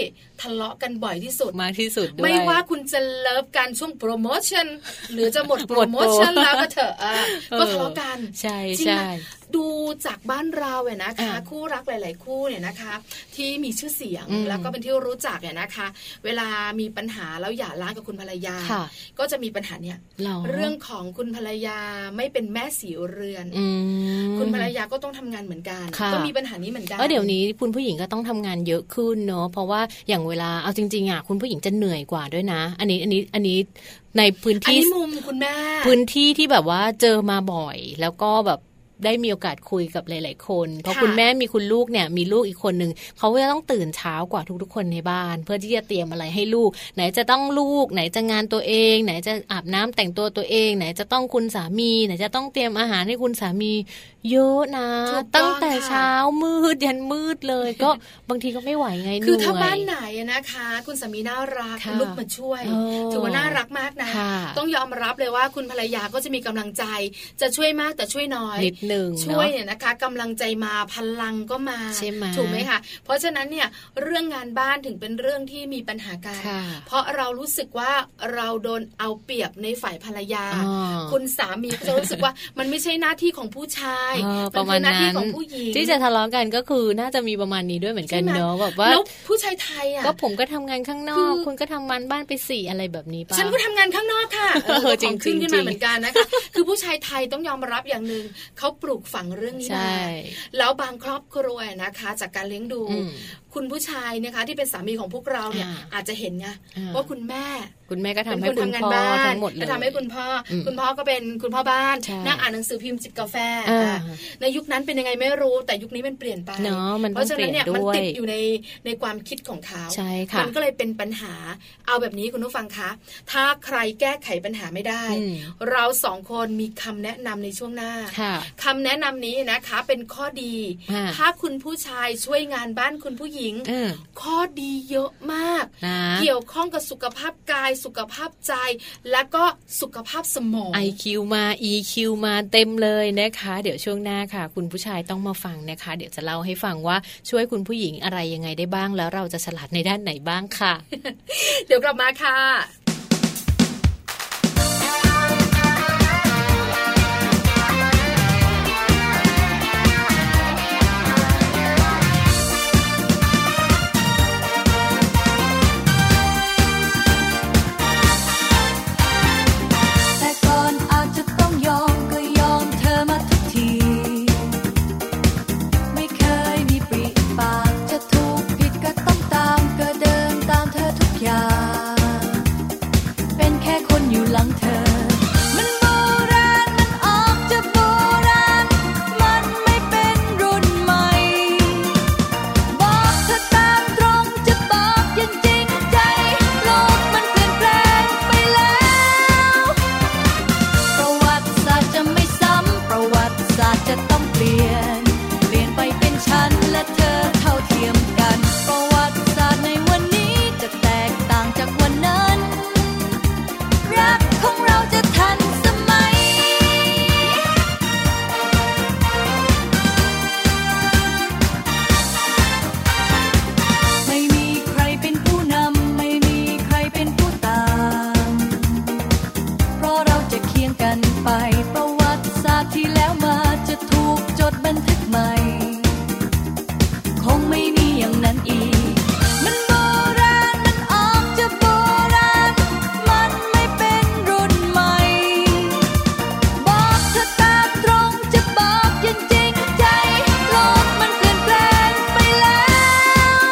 Speaker 4: ทะเลาะกันบ่อยที่สุด
Speaker 3: มากที่สุดด้วย
Speaker 4: ไม่ว่าคุณจะเลิฟกันช่วงโปรโมชั่นหรือจะหมดโปรโมชั่น
Speaker 3: หมดโปร
Speaker 4: แล้วก็เถอะเออ
Speaker 3: เออ
Speaker 4: ก็ทะเลาะกัน
Speaker 3: ใช่
Speaker 4: จริง
Speaker 3: ใช่
Speaker 4: นะดูจากบ้านเราเนี่ยนะคะ
Speaker 3: อ่า
Speaker 4: คู่รักหลาย ๆ คู่เนี่ยนะคะ ที่มีชื่อเสียง
Speaker 3: อืม
Speaker 4: แล้วก็เป็นที่รู้จักเนี่ยนะคะ เวลามีปัญหาแล้วหย่าร้างกับคุณภรรยา
Speaker 3: ค่ะ
Speaker 4: ก็จะมีปัญหาเนี่ย
Speaker 3: หรอ
Speaker 4: เรื่องของคุณภรรยาไม่เป็นแม่สีเรือน
Speaker 3: อืม
Speaker 4: คุณภรรยาก็ต้องทำงานเหมือนกัน
Speaker 3: ค่ะ
Speaker 4: ก็มีปัญหานี้เหมือนกัน
Speaker 3: ก็เดี๋ยวนี้คุณผู้หญิงก็ต้องทำงานเยอะขึ้นเนาะเพราะว่าอย่างเวลาเอาจริงๆอ่ะคุณผู้หญิงจะเหนื่อยกว่าด้วยนะ อันนี้อันนี้อันนี้ในพื้น
Speaker 4: อัน
Speaker 3: ที่
Speaker 4: นี้มุมคุณแม่
Speaker 3: พื้นที่ที่แบบว่าเจอมาบ่อย แล้วก็แบบได้มีโอกาสคุยกับหลาย ๆ คน เพราะ
Speaker 4: ค่ะ
Speaker 3: คุณแม่มีคุณลูกเนี่ยมีลูกอีกคนหนึ่งเขาก็จะต้องตื่นเช้ากว่าทุกๆ คนในบ้าน เพื่อที่จะเตรียมอะไรให้ลูก ไหนจะต้องลูก ไหนจะงานตัวเอง ไหนจะอาบน้ำแต่งตัวตัวเอง ไหนจะต้องคุณสามี ไหนจะต้องเตรียมอาหารให้คุณสามี เยอะนะ
Speaker 4: ถูกต้อง
Speaker 3: ตั้งแต่
Speaker 4: ค่ะ
Speaker 3: เช้า เช้ามืดยันมืดเลย ก็ บางทีก็ไม่ไหวไง
Speaker 4: คือถ้า
Speaker 3: เหย
Speaker 4: บ้านไหนอะนะคะ คุณสามีน่ารัก
Speaker 3: ค่ะ
Speaker 4: ลุกมาช่วย
Speaker 3: โอ้
Speaker 4: ถือว่าน่ารักมากนะ
Speaker 3: ค่ะ
Speaker 4: ต้องยอมรับเลยว่าคุณภรรยาก็จะมีกำลังใจ จะช่วยมากแต่ช่วยน้อย
Speaker 3: นิดหนึ่ง
Speaker 4: ช่วย
Speaker 3: เนาะ
Speaker 4: เนี่ยนะคะกำลังใจมาพลังก็มา
Speaker 3: ใช่ไหม
Speaker 4: ถูกไหมคะเพราะฉะนั้นเนี่ยเรื่องงานบ้านถึงเป็นเรื่องที่มีปัญหากัน
Speaker 3: ค่ะ
Speaker 4: เพราะเรารู้สึกว่าเราโดนเอาเปรียบในฝ่ายภรรยา
Speaker 3: อ๋อ
Speaker 4: คุณสามีก็จะรู้สึกว่า มันไม่ใช่หน้าที่ของผู้ชาย
Speaker 3: เออ
Speaker 4: มัน
Speaker 3: ประมา
Speaker 4: คื
Speaker 3: ณ
Speaker 4: หน้าที่
Speaker 3: นั้น
Speaker 4: ของผู้หญิง
Speaker 3: ที่จะทะเลาะกันก็คือน่าจะมีประมาณนี้ด้วยเหมือนกัน
Speaker 4: ใช่ไหม
Speaker 3: เนาะแบบว่า
Speaker 4: แล้วผู้ชายไทยอ่ะ
Speaker 3: ก็ผมก็ทำงานข้างนอ
Speaker 4: คื
Speaker 3: ก
Speaker 4: อ
Speaker 3: คุณก็ทำงานบ้านไปสี่อะไรแบบนี้ปะ
Speaker 4: ฉันก็ทำงานข้างนอกค่ะเออ
Speaker 3: เออ
Speaker 4: ของ
Speaker 3: จริ
Speaker 4: ขึ้น
Speaker 3: งๆ
Speaker 4: ขึ้น
Speaker 3: จริ
Speaker 4: มาง เหมือนกันนะคะ คือผู้ชายไทยต้องยอมรับอย่างหนึ่งเขา ปลูกฝังเรื่องนี้
Speaker 3: ใช่
Speaker 4: มา แล้วบางครอบครัวนะคะ จากการเลี้ยงดู
Speaker 3: อืม
Speaker 4: คุณผู้ชายนะคะ ที่เป็นสามีของพวกเราเนี่ย
Speaker 3: อ่า
Speaker 4: อาจจะเห็นไง
Speaker 3: อ่า
Speaker 4: ว่าคุณแม่
Speaker 3: คุณแม่ก็ทำ
Speaker 4: เป็น
Speaker 3: ให้
Speaker 4: คน
Speaker 3: คุณ
Speaker 4: ทำงาน
Speaker 3: พ่อ
Speaker 4: บ้าน
Speaker 3: ทั้งหมดเลย
Speaker 4: ก็ทำให้คุณพ่ออ
Speaker 3: ม
Speaker 4: คุณพ่อก็เป็นคุณพ่อบ้าน
Speaker 3: ใช่
Speaker 4: นั่งอ่านหนังสือพิมพ์จิบกาแฟ
Speaker 3: อ่า
Speaker 4: อ่ะในยุคนั้นเป็นยังไงไม่รู้ แต่ยุคนี้มันเปลี่ยนไป
Speaker 3: เนอะมันต้อง
Speaker 4: เพราะฉะนั้นเนี่ย
Speaker 3: เปลี่ยน
Speaker 4: มั
Speaker 3: ด้วย
Speaker 4: ติดอยู่ในในความคิดของเขา
Speaker 3: ใช่ค่ะ
Speaker 4: มัก็เลยเป็นปัญหาเอาแบบนี้คุณผู้ฟังคะ ถ้าใครแก้ไขปัญหาไม่ได้
Speaker 3: อืม
Speaker 4: เราสองคนมีคำแนะนำในช่วงหน้า
Speaker 3: ค่ะ
Speaker 4: คำแนะนำนี้นะคะเป็นข้อดี
Speaker 3: อ่า
Speaker 4: ถ้าคุณผู้ชายช่วยงานบ้านคุณผู้หญิง
Speaker 3: เออ
Speaker 4: ข้อดีเยอะมาก
Speaker 3: นะ
Speaker 4: เกี่ยวข้องกับสุขภาพกายสุขภาพใจ และก็สุขภาพสมอง
Speaker 3: ไอคิวมา EQ มาเต็มเลยนะคะ เดี๋ยวช่วงหน้าค่ะ คุณผู้ชายต้องมาฟังนะคะ เดี๋ยวจะเล่าให้ฟังว่าช่วยคุณผู้หญิงอะไรยังไงได้บ้าง แล้วเราจะฉลาดในด้านไหนบ้างค่ะ
Speaker 4: เดี๋ยวกลับมาค่ะ
Speaker 2: แต่ก่อนอาจจะต้องยอมก็ยอมเธอมาทุกที ไม่เคยมีปริปากจะถูกผิดก็ต้องตามก็เดินตามเธอทุกอย่าง เป็นแค่คนอยู่หลังเธอ มันโบราณมันออกจะโบราณ มันไม่เป็นรุ่นใหม่ บอกเธอตามตรงจะบอกอย่างจริงใจ โลกมันเปลี่ยนแปลงไปแล้ว ประวัติศาสตร์จะไม่ซ้ำ ประวัติศาสตร์จะต้องเปลี่ยน เปลี่ยนไปเป็นฉันและเธอเท่าเทียมกัน ประวัติศาสตร์ในวันนี้จะแตกต่างจากวันนั้น รักของเราจะทันสมัย ไม่มีใครเป็นผู้นำ ไม่มีใครเป็นผู้ตาม เพราะเราจะเคียงกันไป ประวัติศาสตร์ที่แล้วมาจะถูกจดบันทึกใหม่ คงไม่มีอย่างนั้นอีก มันโบราณ มันออกจะโบราณ มันไม่เป็นรุ่นใหม่ บอกเธอตามตรงจะบอกอย่างจริงใจ โลกมันเปลี่ยนแปลงไปแล้ว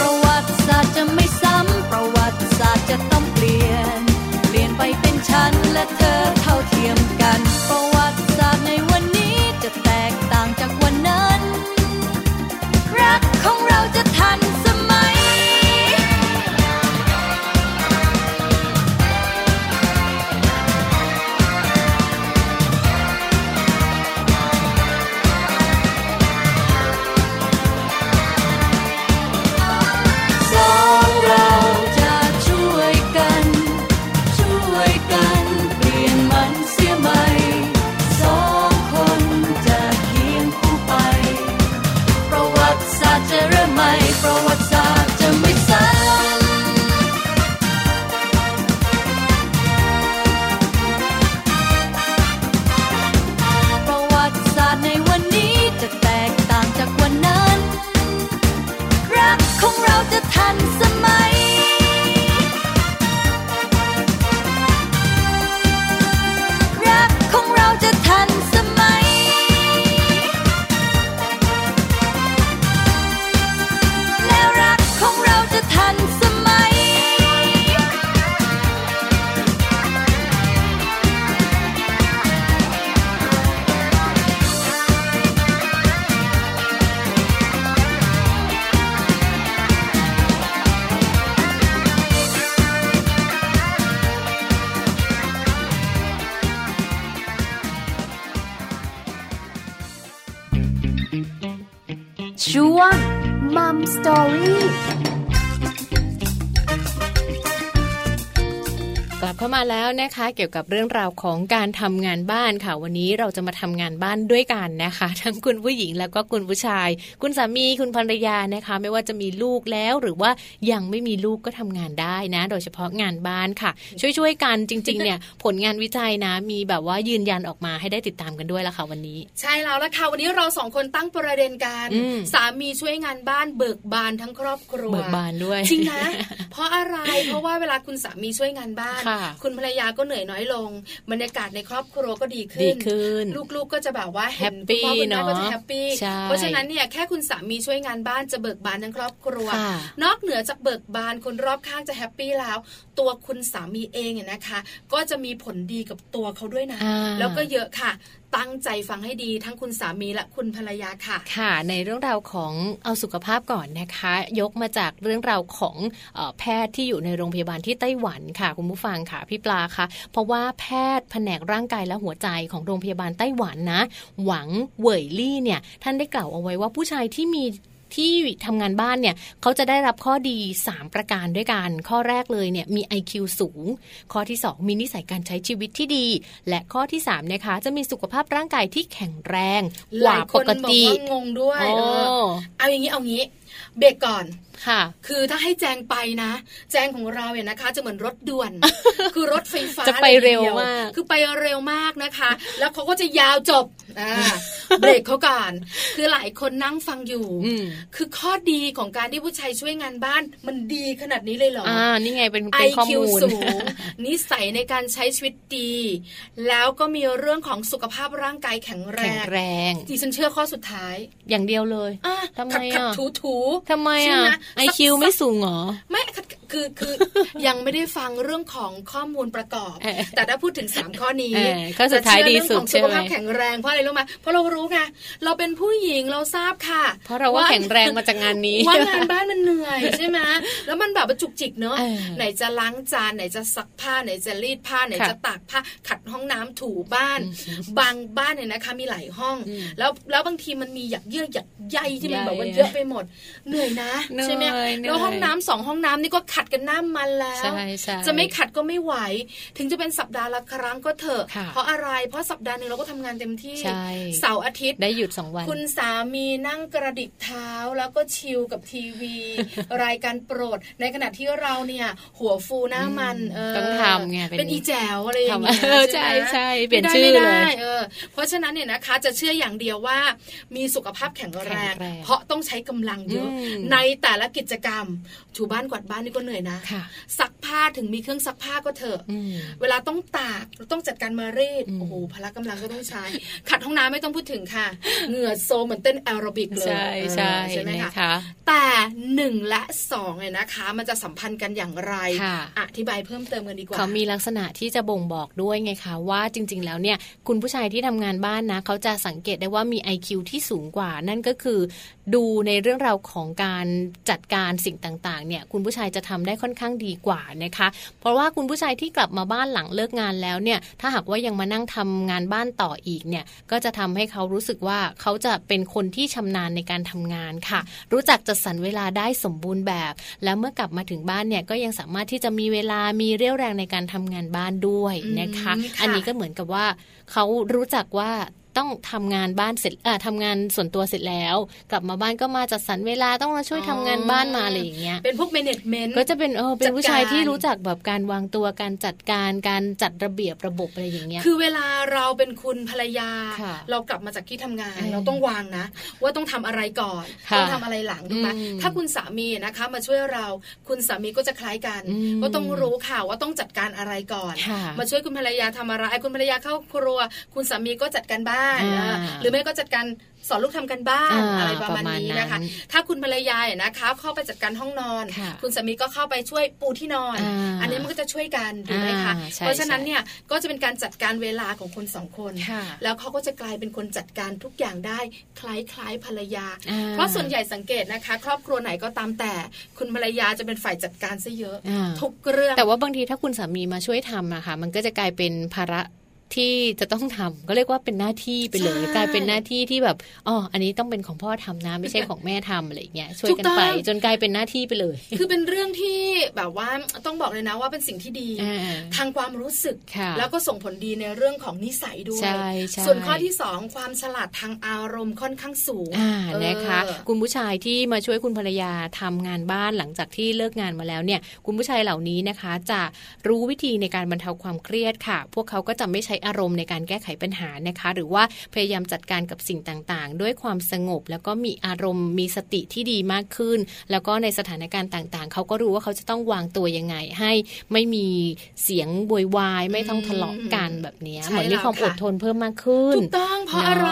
Speaker 2: ประวัติศาสตร์จะไม่ซ้ำ ประวัติศาสตร์จะต้องเปลี่ยน เปลี่ยนไปเป็นฉันและเธอเท่าเทียมกัน ประวัติศาสตร์ในวันนี้จะแตกต่างจากวันนั้น รักของเราจะทันสมัย สองเราจะช่วยกัน ช่วยกันเปลี่ยนมันเสียใหม่สองคนจะเคียงคู่ไป ประวัติศาสตร์จะเริ่มใหม่ ประวัติศาสตร์จะไม่ซ้ำ ประวัติศาสตร์ในวันนี้จะแตกต่างจากวันนั้น รักของเราจะทันสมัย รักของเราจะทันสมัย แล้วรักของเราจะทันสมัย
Speaker 5: ช่วงมัมสตอรี่
Speaker 3: กลับเข้ามาแล้วนะคะ เกี่ยวกับเรื่องราวของการทำงานบ้านค่ะ วันนี้เราจะมาทำงานบ้านด้วยกันนะคะ ทั้งคุณผู้หญิงแล้วก็คุณผู้ชาย คุณสามีคุณภรรยานะคะ ไม่ว่าจะมีลูกแล้วหรือว่ายังไม่มีลูกก็ทำงานได้นะ โดยเฉพาะงานบ้านค่ะ ช่วยๆกันจริง ๆ เนี่ย ผลงานวิจัยนะ มีแบบว่ายืนยันออกมาให้ได้ติดตามกันด้วยละค่ะวันนี้
Speaker 4: ใช่แล้วละค่ะวันนี้เราสองคนตั้งประเด็นการ
Speaker 3: อืม
Speaker 4: สามีช่วยงานบ้านเบิกบานทั้งครอบครัว
Speaker 3: เบิกบานด้วย
Speaker 4: จริงนะ เพราะอะไรเพราะว่าเวลาคุณสามีช่วยงานบ้าน
Speaker 3: ค่ ค่ะ
Speaker 4: คุณภรรยาก็เหนื่อยน้อยลง บรรยากาศในครอบครัวก็ดีขึ้
Speaker 3: ดี
Speaker 4: น
Speaker 3: ขึ้น
Speaker 4: ลูกๆก็จะแบบว่าเห็น
Speaker 3: แฮปปี้
Speaker 4: คุณพ่อคุณแม่ก็
Speaker 3: เน
Speaker 4: จะ
Speaker 3: อะ
Speaker 4: แฮปปี้
Speaker 3: ใช่
Speaker 4: เพราะฉะนั้นเนี่ยแค่คุณสามีช่วยงานบ้านจะเบิกบานทั้งครอบครัว
Speaker 3: ค่ะ
Speaker 4: นอกเหนือจากเบิกบานคนรอบข้างจะแฮปปี้แล้ว ตัวคุณสามีเองเนี่ยนะคะ ก็จะมีผลดีกับตัวเขาด้วยนะ
Speaker 3: อ่า
Speaker 4: แล้วก็เยอะค่ะ ตั้งใจฟังให้ดีทั้งคุณสามีและคุณภรรยาค่ะ
Speaker 3: ค่ะ ในเรื่องราวของเอาสุขภาพก่อนนะคะ ยกมาจากเรื่องราวของเออแพทย์ที่อยู่ในโรงพยาบาลที่ไต้หวันค่ะ คุณผู้ฟังค่ะพี่ปลาค่ะ เพราะว่าแพทย์แผนกร่างกายและหัวใจของโรงพยาบาลไต้หวันนะ หวังเหวยลี่เนี่ยท่านได้กล่าวเอาไว้ว่าผู้ชายที่มีที่ทำงานบ้านเนี่ยเขาจะได้รับข้อดี 3 ประการด้วยกัน ข้อแรกเลยเนี่ยมี IQ สูง ข้อที่ 2 มีนิสัยการใช้ชีวิตที่ดี และข้อที่3นะคะจะมีสุขภาพร่างกายที่แข็งแรงก
Speaker 4: ห
Speaker 3: ว่า
Speaker 4: ลายค
Speaker 3: ป
Speaker 4: น
Speaker 3: ก
Speaker 4: บอก
Speaker 3: ติ
Speaker 4: ว่างงด้วย
Speaker 3: โอ้
Speaker 4: เออเอาอย่างนี้เอางี้ เบรกก่อน
Speaker 3: ค่ะ
Speaker 4: คือถ้าให้แจงไปนะ แจงของเราเนี่ยนะคะ จะเหมือนรถด่ วน คือรถไฟฟ้า
Speaker 3: จะไปเร็ว
Speaker 4: ลยทีดีย
Speaker 3: มาก
Speaker 4: คือไปเร็วมากนะคะ แล้วเขาก็จะยาวจบอ่าเบรกเขาก่อนคือหลายคนนั่งฟังอยู่
Speaker 3: อืม
Speaker 4: คือข้อดีของการที่ผู้ชายช่วยงานบ้านมันดีขนาดนี้เลยเหรอ
Speaker 3: อ่า นี่ไงเป็นเป็นข้อ
Speaker 4: IQ
Speaker 3: มูล
Speaker 4: สูง นิสัยในการใช้ชีวิตดี แล้วก็มีเรื่องของสุขภาพร่างกายแข็งแร
Speaker 3: แข็ง
Speaker 4: ง
Speaker 3: แรง
Speaker 4: ดิฉันเชื่อข้อสุดท้าย
Speaker 3: อย่างเดียวเลย
Speaker 4: อ่ะ
Speaker 3: ทำไม
Speaker 4: ขัดขัด
Speaker 3: อ่ะ
Speaker 4: ถูถูๆ
Speaker 3: ทำไม
Speaker 4: ใช่
Speaker 3: อ่ะ
Speaker 4: ห
Speaker 3: IQ ไม่สูงเหรอ
Speaker 4: ไม่ค่ะคือคือ ยังไม่ได้ฟังเรื่องของข้อมูลประกอบ
Speaker 3: เออ
Speaker 4: แต่ถ้าพูดถึง 3 ข้อนี้
Speaker 3: เออข้อสุดท้ายดีสุด
Speaker 4: จะเชื่อเรื่องของสุขภาพ
Speaker 3: ใช่ไหม
Speaker 4: แข็งแรงเพราะอะไรรู้ไหมเพราะเรารู้ไงเราเป็นผู้หญิงเราทราบค่ะ
Speaker 3: เพราะเราว่าแข็งแรงมาจากงานนี้
Speaker 4: ว่างานบ้านมันเหนื่อยใช่ ไหมแล้วมันแบบว่าจุกจิกเนอะ
Speaker 3: เออ
Speaker 4: ไหนจะล้างจานไหนจะซักผ้าไหนจะรีดผ้าไหน
Speaker 3: ค่ะ
Speaker 4: จะตากผ้าขัดห้องน้ำถูบ้าน บางบ้านเนี่ยนะคะ มีหลายห้อง
Speaker 3: อืม
Speaker 4: แล้วแล้วบางทีมันมีหยักเยื่อหยักใยที่มันแบบว่า
Speaker 3: ใยอะ
Speaker 4: เยอะไปหมด เหนื่อยนะใช่ไหม
Speaker 3: เหนื่อยเหนื่อย
Speaker 4: แล้วห้องน้ำ สองห้องน้ำนี่ก็ขัดกันหน้ามันแล้ว
Speaker 3: ใช่ใช่
Speaker 4: จะไม่ขัดก็ไม่ไหว ถึงจะเป็นสัปดาห์ละครั้งก็เถอะ
Speaker 3: ค่ะ
Speaker 4: เพราะอะไร เพราะสัปดาห์หนึ่งเราก็ทำงานเต็มที่
Speaker 3: ใช่
Speaker 4: เสาร์อาทิตย์
Speaker 3: ได้หยุดสองวัน
Speaker 4: คุณสามีนั่งกระดิกเท้าแล้วก็ชิลกับทีวี รายการโปรด ในขณะที่เราเนี่ย หัวฟูหน้ามันเออ
Speaker 3: ต้องทำไงเป็น
Speaker 4: เป็นอีแจวอะไรอย่างเงี้ย
Speaker 3: ทำเออใช่
Speaker 4: ไหม
Speaker 3: ใช่เปลี่ยนชื่อ
Speaker 4: ไม่ได้
Speaker 3: เลย
Speaker 4: ไม่ได้เออเพราะฉะนั้นเนี่ยนะคะ จะเชื่ออย่างเดียวว่า มีสุขภาพแข็งแรง
Speaker 3: แข็งแรง
Speaker 4: เพราะต้องใช้กำลังเยอะ
Speaker 3: อืม
Speaker 4: ในแต่ละกิจกรรมถูบ้านกวาดบ้านนี่ก็เหนื่อยนะ
Speaker 3: ค่ะ
Speaker 4: ซักผ้าถึงมีเครื่องซักผ้าก็เถอะ
Speaker 3: อืม
Speaker 4: เวลาต้องตากเราต้องจัดการมารีด
Speaker 3: อืม
Speaker 4: โอ้โหพละกำลังก็ต้องใช้ ขัดห้องน้ำไม่ต้องพูดถึงค่ะ เหงื่อโซมเหมือนเต้นแอโรบิกเลย
Speaker 3: ใช่ใช่
Speaker 4: เออใช่ไหม
Speaker 3: นะคะ
Speaker 4: คะแต่หนึ่งและสองเนี่ยนะคะ มันจะสัมพันธ์กันอย่างไร
Speaker 3: ค่ะ
Speaker 4: อธิบายเพิ่มเติมกันดีกว่า
Speaker 3: เขามีลักษณะที่จะบ่งบอกด้วยไงคะว่าจริง ๆ แล้วเนี่ยคุณผู้ชายที่ทำงานบ้านนะ เขาจะสังเกตได้ว่ามี IQ ที่สูงกว่า นั่นก็คือ ดูในเรื่องราวของการจัดการสิ่งต่างๆเนี่ยคุณผู้ชายจะทำได้ค่อนข้างดีกว่านะคะ เพราะว่าคุณผู้ชายที่กลับมาบ้านหลังเลิกงานแล้วเนี่ยถ้าหากว่ายังมานั่งทำงานบ้านต่ออีกเนี่ยก็จะทำให้เขารู้สึกว่าเขาจะเป็นคนที่ชำนาญในการทำงานค่ะ รู้จักจัดสรรเวลาได้สมบูรณ์แบบ และเมื่อกลับมาถึงบ้านเนี่ยก็ยังสามารถที่จะมีเวลามีเรี่ยวแรงในการทำงานบ้านด้วยนะคะ
Speaker 4: อืมค่ะ
Speaker 3: อันนี้ก็เหมือนกับว่าเขารู้จักว่าต้องทำงานบ้านเสร็จเอ่อทำงานส่วนตัวเสร็จแล้ว กลับมาบ้านก็มาจัดสรรเวลาต้องมาช่วยทำงานบ้านมาอะไรอย่างเงี้ย
Speaker 4: เป็นพวกเมเนจเมนต์
Speaker 3: ก็จะเป็นเออเป็นผู้
Speaker 4: จัดการ
Speaker 3: ชายที่รู้จักแบบการวางตัวการจัดการการจัดระเบียบระบบอะไรอย่างเงี้ย
Speaker 4: คือเวลาเราเป็นคุณภรรยา
Speaker 3: ค่ะ
Speaker 4: เรากลับมาจากที่ทำงาน
Speaker 3: เออ
Speaker 4: เราต้องวางนะ ว่าต้องทำอะไรก่อน
Speaker 3: ค่ะ
Speaker 4: ต้องทำอะไรหลังถูกไหม
Speaker 3: อืม
Speaker 4: ถ้าคุณสามีนะคะ มาช่วยเรา คุณสามีก็จะคล้ายกัน
Speaker 3: อืม
Speaker 4: ก็ต้องรู้ค่ะว่าต้องจัดการอะไรก่อน
Speaker 3: ค่ะ
Speaker 4: มาช่วยคุณภรรยาทำอะไรคุณภรรยาเข้าครัว คุณสามีก็จัดการบ้าน
Speaker 3: อ่า
Speaker 4: เออหรือไม่ก็จัดการสอนลูกทำกันบ้าน
Speaker 3: อ่า
Speaker 4: อะไรประมาณนี้นะคะ
Speaker 3: ประมาณนั้น
Speaker 4: ถ้าคุณภรรยาเนี่ยนะคะ เข้าไปจัดการห้องนอน
Speaker 3: ค่ะ
Speaker 4: คุณสามีก็เข้าไปช่วยปูที่นอน
Speaker 3: อ่า
Speaker 4: อันนี้มันก็จะช่วยกันถูกไหมคะ
Speaker 3: อ่าใช่
Speaker 4: เพราะฉะนั้น
Speaker 3: ใช่
Speaker 4: เนี่ย เนี่ยก็จะเป็นการจัดการเวลาของคนสองคน
Speaker 3: ค่ะ
Speaker 4: แล้วเขาก็จะกลายเป็นคนจัดการทุกอย่างได้คล้ายๆภรรยา
Speaker 3: อ่า
Speaker 4: เพราะส่วนใหญ่สังเกตนะคะ ครอบครัวไหนก็ตามแต่ คุณภรรยาจะเป็นฝ่ายจัดการซะเยอะ
Speaker 3: อ่า
Speaker 4: ทุกเรื่อง
Speaker 3: แต่ว่าบางทีถ้าคุณสามีมาช่วยทำอะค่ะ มันก็จะกลายเป็นภาระที่จะต้องทำก็เรียกว่าเป็นหน้าที่ไปเลย
Speaker 4: ใช่
Speaker 3: กลายเป็นหน้าที่ที่แบบอ๋ออันนี้ต้องเป็นของพ่อทำนะ ไม่ใช่ของแม่ทำอะไรอย่างเงี้ยช่วยกันไป
Speaker 4: ถูกต้อง
Speaker 3: จนกลายเป็นหน้าที่ไปเลย
Speaker 4: คือเป็นเรื่องที่แบบว่าต้องบอกเลยนะว่าเป็นสิ่งที่ดี
Speaker 3: อ่า
Speaker 4: ทางความรู้สึก
Speaker 3: ค่ะ
Speaker 4: แล้วก็ส่งผลดีในเรื่องของนิสัยด้วย
Speaker 3: ใช่ใช่
Speaker 4: ส่วนข้อที่สองความฉลาดทางอารมณ์ค่อนข้างสูง
Speaker 3: อ่า
Speaker 4: เออ
Speaker 3: นะคะคุณผู้ชายที่มาช่วยคุณภรรยาทำงานบ้านหลังจากที่เลิกงานมาแล้วเนี่ย คุณผู้ชายเหล่านี้นะคะ จะรู้วิธีในการบรรเทาความเครียดค่ะ พวกเขาก็จะไม่ใช้ ช้อารมณ์ในการแก้ไขปัญหานะคะ หรือว่าพยายามจัดการกับสิ่งต่างๆ ด้วยความสงบ แล้วก็มีอารมณ์มีสติที่ดีมากขึ้น แล้วก็ในสถานการณ์ต่างๆ เขาก็รู้ว่าเขาจะต้องวางตัวยังไง ให้ไม่มีเสียงบวยวายไม่ต้องทะเลาะกันแบบเนี้ย
Speaker 4: ใช่
Speaker 3: เหมือนมีความ
Speaker 4: แล้
Speaker 3: อ
Speaker 4: วค่ะ
Speaker 3: ดทนเพิ่มมากขึ้น
Speaker 4: ถูกต้องเพราะ
Speaker 3: เนอะ
Speaker 4: อะไร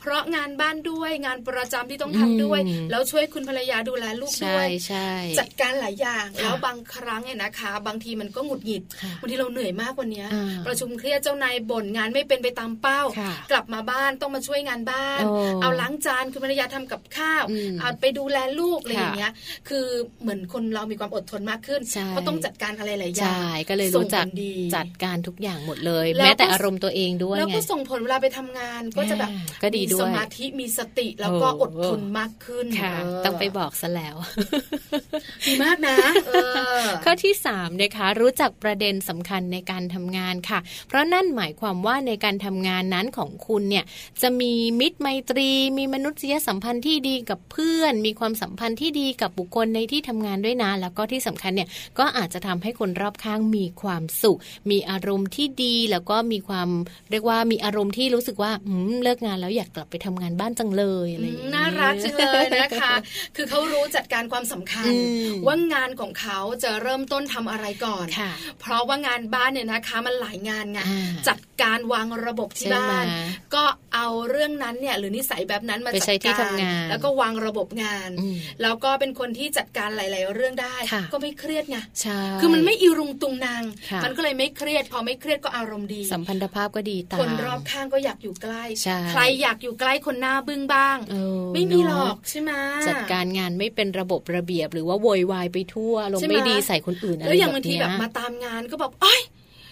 Speaker 4: เพราะงานบ้านด้วยงานประจำที่ต้องทำด้วย
Speaker 3: อืม
Speaker 4: แล้วช่วยคุณภรรยาดูแลลูก
Speaker 3: ใช่
Speaker 4: ด้วย
Speaker 3: ใช่
Speaker 4: จัดการหลายอย่าง
Speaker 3: ค่ะ
Speaker 4: แล้วบางครั้งเนี่ยนะคะ บางทีมันก็หงุดหงิด
Speaker 3: ค่ะ
Speaker 4: บางทีเราเหนื่อยมากวันเนี้ย
Speaker 3: อ่า
Speaker 4: ประชุมเครียดเจ้านายบ่นงานไม่เป็นไปตามเป้า
Speaker 3: ค่ะ
Speaker 4: กลับมาบ้านต้องมาช่วยงานบ้าน
Speaker 3: โอ้
Speaker 4: เอาล้างจานคุณภรรยาทำกับข้าว
Speaker 3: อืม
Speaker 4: เอาไปดูแลลูกอะไร
Speaker 3: ค่ะ
Speaker 4: อย่างเงี้ย คือเหมือนคนเรามีความอดทนมากขึ้น
Speaker 3: ใช่
Speaker 4: เพราะต้องจัดการอะไรหลายอย่า
Speaker 3: ใช่
Speaker 4: ง
Speaker 3: ก็เลยรู้จัก
Speaker 4: ส่งผลดี
Speaker 3: จัดการทุกอย่างหมดเลย
Speaker 4: แล้วก็
Speaker 3: แม้แต่อารมณ์ตัวเองด้วย
Speaker 4: แล้ว
Speaker 3: ไง
Speaker 4: ก็ส่งผลเวลาไปทำงานก็จะแบบ
Speaker 3: อ่าก็ดีด้วย
Speaker 4: มีสมาธิมีสติแล้วก็
Speaker 3: โอ้
Speaker 4: อดทนมากขึ้น
Speaker 3: ค่ะ
Speaker 4: เ
Speaker 3: ต้องไปบอกซะแล้ว
Speaker 4: ดีมากนะเออ
Speaker 3: ข้อที่3นะคะรู้จักประเด็นสำคัญในการทำงานค่ะ เพราะนั่นหมายความว่าในการทำงานนั้นของคุณเนี่ยจะมีมิตรไมตรี มีมนุษยสัมพันธ์ที่ดีกับเพื่อน มีความสัมพันธ์ที่ดีกับบุคคลในที่ทำงานด้วยนะแล้วก็ที่สำคัญเนี่ยก็อาจจะทำให้คนรอบข้างมีความสุข มีอารมณ์ที่ดีแล้วก็มีความเรียกว่ามีอารมณ์ที่รู้สึกว่าอืมเลิกงานแล้วอยากกลับไปทำงานบ้านจังเลยอะไรอย่างเงี้ย
Speaker 4: น่ารักจังเลยนะคะ คือเขารู้จัดการความสำคัญ
Speaker 3: อืม
Speaker 4: ว่างานของเขาจะเริ่มต้นทำอะไรก่อน
Speaker 3: ค่ะ
Speaker 4: เพราะว่างานบ้านเนี่ยนะคะมันหลายงานไง
Speaker 3: อ่า
Speaker 4: จัดการวางระบบที่
Speaker 3: ใช่ไหม
Speaker 4: บ้าน ก็เอาเรื่องนั้นเนี่ยหรือนิสัยแบบนั้นมา
Speaker 3: ไป
Speaker 4: จัด
Speaker 3: ใช้ที่
Speaker 4: กา
Speaker 3: ทำ
Speaker 4: รง
Speaker 3: าน
Speaker 4: แล้วก็วางระบบงาน
Speaker 3: อืม
Speaker 4: แล้วก็เป็นคนที่จัดการหลาย ๆ เรื่องได้
Speaker 3: ค่ะ
Speaker 4: ก็ไม่เครียดไง
Speaker 3: ใช่
Speaker 4: คือมันไม่อิรุงตุงนาง
Speaker 3: ค่ะ
Speaker 4: มันก็เลยไม่เครียด พอไม่เครียดก็อารมณ์ดี
Speaker 3: สัมพันธภาพก็ดีตาม
Speaker 4: คนรอบข้างก็อยากอยู่ใกล้
Speaker 3: ใช่
Speaker 4: ใครอยากอยู่ใกล้คนหน้าบึ้งบ้าง
Speaker 3: เออ
Speaker 4: ไม่มีหร
Speaker 3: เนะ
Speaker 4: อกใช่ไหม
Speaker 3: จัดการงานไม่เป็นระบบระเบียบ หรือว่าโวยวายไปทั่วอารม
Speaker 4: ใช่
Speaker 3: ณ์
Speaker 4: ไหม
Speaker 3: ไม่ดีใส่คนอื่นอะไร
Speaker 4: แล้วอย่า
Speaker 3: แบบ
Speaker 4: งาง
Speaker 3: บ
Speaker 4: ที
Speaker 3: เนี้ย
Speaker 4: แบบมาตามงานก็บอกเอ้ย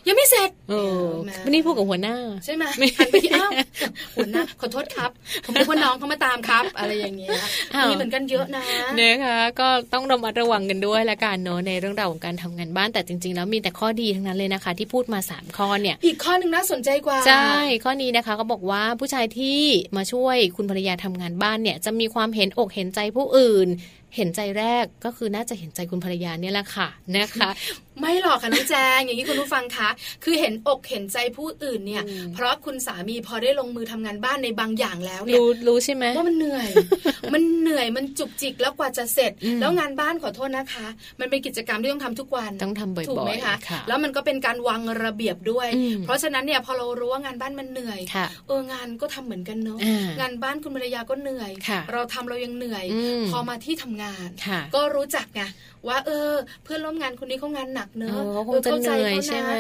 Speaker 4: ยังไม่เสร็จ
Speaker 3: เออ
Speaker 4: แห
Speaker 3: ไม่ได้พูดกับหัวหน้า
Speaker 4: ใช่ไหม
Speaker 3: ไม่
Speaker 4: หันไปที่อ้าวหัวหน้าขอโทษครับ ผมนึกว่าน้องเขามาตามครับ อะไรอย่างเงี้ย
Speaker 3: อ้าว
Speaker 4: มีเหมือนกันเยอะนะ
Speaker 3: นะคะก็ต้องระมัดระวังกันด้วยละกันเนอะในเรื่องราวของการทำงานบ้านแต่จริง ๆ แล้วมีแต่ข้อดีทั้งนั้นเลยนะคะ ที่พูดมา 3 ข้อเนี่ย
Speaker 4: อีกข้อหนึ่งน่าสนใจกว่า
Speaker 3: ใช่ ข้อนี้นะคะเขาบอกว่าผู้ชายที่มาช่วยคุณภรรยาทำงานบ้านเนี่ยจะมีความเห็นอกเห็นใจผู้อื่น เห็นใจแรกก็คือน่าจะเห็นใจคุณภรรยาเนี่ยแหละค่ะนะคะ
Speaker 4: ไม่หรอกค่ะน้องแจง อย่างนี้คุณผู้ฟังคะคือเห็นอกเห็นใจผู้อื่นเนี่ย
Speaker 3: อืม
Speaker 4: เพราะคุณสามีพอได้ลงมือทำงานบ้านในบางอย่างแล้วเนี่ย
Speaker 3: รู้รู้ใช่ไหม
Speaker 4: ว่ามันเหนื่ อย มันเหนื่อยมันจุกจิกแล้วกว่าจะเสร็จ
Speaker 3: อืม
Speaker 4: แล้วงานบ้านขอโทษนะคะ มันเป็นกิจกรรมที่ต้องทำทุกวัน
Speaker 3: ต้องทำบ่อยๆ
Speaker 4: ถูกไหมคะ
Speaker 3: ค่ะ
Speaker 4: แล้วมันก็เป็นการวางระเบียบด้วย
Speaker 3: อืม
Speaker 4: เพราะฉะนั้นเนี่ยพอเรารู้ว่างานบ้านมันเหนื่อย
Speaker 3: ค่ะ
Speaker 4: เอองานก็ทำเหมือนกันเนาะ
Speaker 3: อ่าง
Speaker 4: านบ้านคุณภรรยาก็เหนื่อย
Speaker 3: ค่ะ
Speaker 4: เราทำเรายังเหนื่อย
Speaker 3: อืม
Speaker 4: พอมาที่ทำงาน
Speaker 3: ค่ะ
Speaker 4: ก็รู้จักไงว่า เออ เพื่อนร่วมงานคนนี้เขางานหนักเนอะ
Speaker 3: เออเขาคงจะ
Speaker 4: ข้า
Speaker 3: เหนื่อยใช่ไหม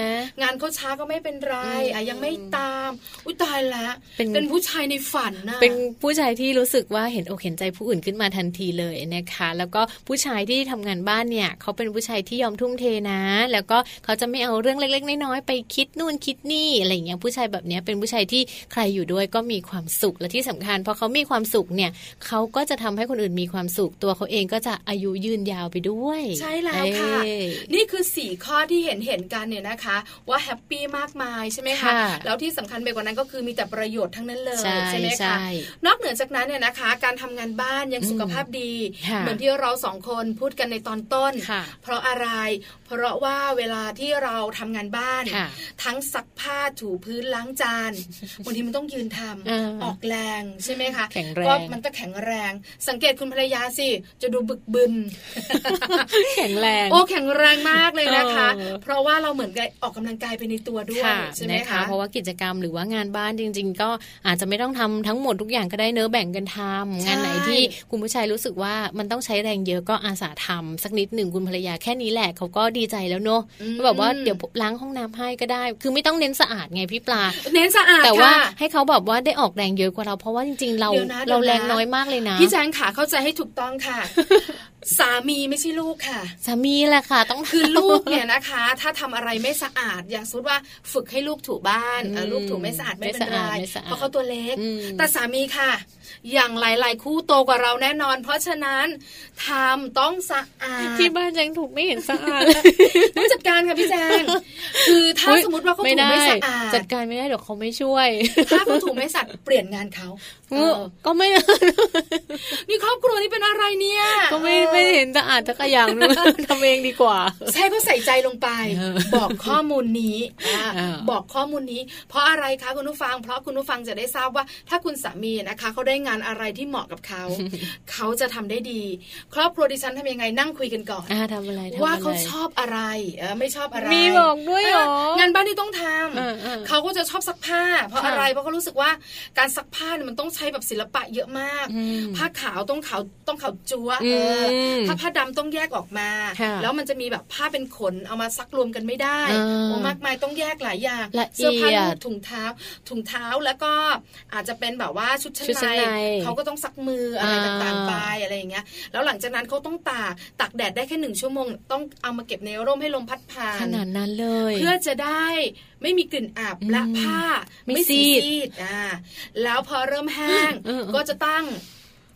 Speaker 4: งานเขาช้าก็ไม่เป็นไร
Speaker 3: อืม
Speaker 4: อ่ะยังไม่ตาม อุ้ยตายละ
Speaker 3: เป็น
Speaker 4: ผู้ชายในฝันนะ
Speaker 3: เป็นผู้ชายที่รู้สึกว่าเห็นอกเห็นใจผู้อื่นขึ้นมาทันทีเลยนะคะ แล้วก็ผู้ชายที่ทำงานบ้านเนี่ยเขาเป็นผู้ชายที่ยอมทุ่มเทนะ แล้วก็เขาจะไม่เอาเรื่องเล็ก ๆ น้อยๆไปคิดนู่นคิดนี่อะไรอย่างเงี้ยผู้ชายแบบเนี้ยเป็นผู้ชายที่ใครอยู่ด้วยก็มีความสุขและที่สำคัญพอเขามีความสุขเนี่ยเขาก็จะทำให้คนอื่นมีความสุขตัวเขาเองก็จะอายุยืนยาวไปด้วย
Speaker 4: ใช่แล้วค่ะ
Speaker 3: เอ้ย
Speaker 4: นี่คือสี่ข้อที่เห็นเห็นกันเนี่ยนะคะ ว่าแฮปปี้มากมายใช่ไหมคะ
Speaker 3: ค่ะ
Speaker 4: แล้วที่สำคัญไปกว่านั้นก็คือมีแต่ประโยชน์ทั้งนั้นเลย
Speaker 3: ใช่
Speaker 4: ไหม
Speaker 3: ใช่
Speaker 4: คะ นอกเหนือจากนั้นเนี่ยนะคะ การทำงานบ้านยัง
Speaker 3: อืม
Speaker 4: สุขภาพดี
Speaker 3: ค่ะ
Speaker 4: เหมือนที่เราสองคนพูดกันในตอนต้น
Speaker 3: ค่ะ
Speaker 4: เพราะอะไร เพราะว่าเวลาที่เราทำงานบ้าน
Speaker 3: ค่ะ
Speaker 4: ทั้งซักผ้าถูพื้นล้างจานบางทีมันต้องยืนทำ
Speaker 3: เออ
Speaker 4: ออกแรงใช่ไหมคะ
Speaker 3: แข็งแรง
Speaker 4: ก็มันก็แข็งแรง สังเกตคุณภรรยาสิ จะดูบึกบึน
Speaker 3: แข็งแรง
Speaker 4: โอ้แข็งแรงมากเลยนะคะ
Speaker 3: เออ
Speaker 4: เพราะว่าเราเหมือนกับออกกำลังกายไปในตัวด้วย
Speaker 3: ค่ะ
Speaker 4: ใช่ไหม
Speaker 3: นะคะ
Speaker 4: คะ
Speaker 3: เพราะว่ากิจกรรมหรือว่างานบ้านจริง ๆ ก็อาจจะไม่ต้องทำทั้งหมดทุกอย่างก็ได้เนื้อะแบ่งกันทำ
Speaker 4: ใช่
Speaker 3: งานไหนที่คุณผู้ชายรู้สึกว่ามันต้องใช้แรงเยอะก็อาสาทำสักนิดหนึ่งคุณภรรยาแค่นี้แหละเขาก็ดีใจแล้วเนอะก็แบบว่าเดี๋ยวล้างห้องน้ำให้ก็ได้ คือไม่ต้องเน้นสะอาดไงพี่ปลา
Speaker 4: เน้นสะอาด
Speaker 3: แต่ว่า
Speaker 4: ค่ะ
Speaker 3: ให้เขาแบบว่าได้ออกแรงเยอะกว่าเราเพราะว่าจริง ๆ เรา
Speaker 4: เดี๋ยวนะ
Speaker 3: เราแรง
Speaker 4: เดี๋ยวนะ
Speaker 3: น้อยมากเลยนะ
Speaker 4: พี่แจงขาเข้าใจให้ถูกต้อง ค่ะ สามีไม่ใช่ลูกค่ะ
Speaker 3: สามีแหละค่ะ ต้อง
Speaker 4: คือลูกเนี่ยนะคะ ถ้าทำอะไรไม่สะอาด อย่างสมมติว่าฝึกให้ลูกถูบ้านอ่ะ
Speaker 3: อืม
Speaker 4: ลูกถูไม่สะอาดไม่เป็น
Speaker 3: ไม่
Speaker 4: ไร
Speaker 3: สะอาดไม่สะอาด
Speaker 4: เพราะเขาตัวเล็ก
Speaker 3: อืม
Speaker 4: แต่สามีค่ะ อย่างหลายๆ คู่โตกว่าเราแน่นอน เพราะฉะนั้นทำต้องสะอาด
Speaker 3: ที่บ้านแจงถูกไม่เห็นสะอาด
Speaker 4: ต้องจัด การค่ะพี่แจง คือถ้าสมมติว่าเขาถู
Speaker 3: ด้
Speaker 4: ไม่สะอาด
Speaker 3: จัดการไม่ได้เดี๋ยวเขาไม่ช่วย
Speaker 4: ถ้าเขาถูไม่สะอาดเปลี่ยนงานเขาเออ
Speaker 3: ก็ไม่
Speaker 4: นี่ครอบครัวนี่เป็นอะไรเนี่ย
Speaker 3: ก็ไม่
Speaker 4: เออ
Speaker 3: ไม่เห็นแต่อ่านทักอย่าง นึง ทำเองดีกว่า
Speaker 4: ใช่ก็ใส่ใจลงไป
Speaker 3: เออ
Speaker 4: บอกข้อมูลนี้อ่ะ
Speaker 3: เออ
Speaker 4: บอกข้อมูลนี้ เพราะอะไรคะคุณผู้ฟัง เพราะคุณผู้ฟังจะได้ทราบว่า ถ้าคุณสามีนะคะเขาได้งานอะไรที่เหมาะกับ เขา เขาจะทำได้ดี ครอบครัวดิฉันทำยังไงนั่งคุยกันก่อน
Speaker 3: อ่าทำอะไรทำอะไร
Speaker 4: ว่าเขาชอบอะไรเออไม่ชอบอะไร
Speaker 3: มีบอกด้วยเหรอ
Speaker 4: ะงานบ้านที่ต้องท
Speaker 3: เออเออ
Speaker 4: ำเขาก็จะชอบซักผ้า เพราะ
Speaker 3: ค่ะ
Speaker 4: อะไรเพราะเขารู้สึกว่าการซักผ้าเนี่ยมันต้องใช้แบบศิลปะเยอะมาก
Speaker 3: อืม
Speaker 4: ผ้าขาวต้องขาวต้องขาวจัว
Speaker 3: อื
Speaker 4: เอ
Speaker 3: ม
Speaker 4: อถ้าผ้าดำต้องแยกออกมา
Speaker 3: ค่ะ
Speaker 4: แล้วมันจะมีแบบผ้าเป็นขนเอามาซักรวมกันไม่ได้
Speaker 3: อ่า
Speaker 4: โอ้มากมายต้องแยกหลายอย่าง
Speaker 3: ละเอียด
Speaker 4: เสื้ผ้าลูกถุงเท้า ถุงเท้าแล้วก็อาจจะเป็นแบบว่าชุดชั้
Speaker 3: ชุดชั้นใน
Speaker 4: เขาก็ต้องซักมืออะไร
Speaker 3: อ่า
Speaker 4: ต่างๆไปอะไรอย่างเงี้ย แล้วหลังจากนั้นเขาต้องตากตากแดดได้แค่หนึ่งชั่วโมง ต้องเอามาเก็บในร่มให้ลมพัดผ่าน
Speaker 3: ขนาดนั้นเลย
Speaker 4: เพื่อจะได้ไม่มีกลิ่นอับ
Speaker 3: อืม
Speaker 4: และผ้า
Speaker 3: ไม่
Speaker 4: สี
Speaker 3: ซีด
Speaker 4: ดอ่าแล้วพอเริ่มแห้ง
Speaker 3: เออเออ
Speaker 4: ก็จะตั้ง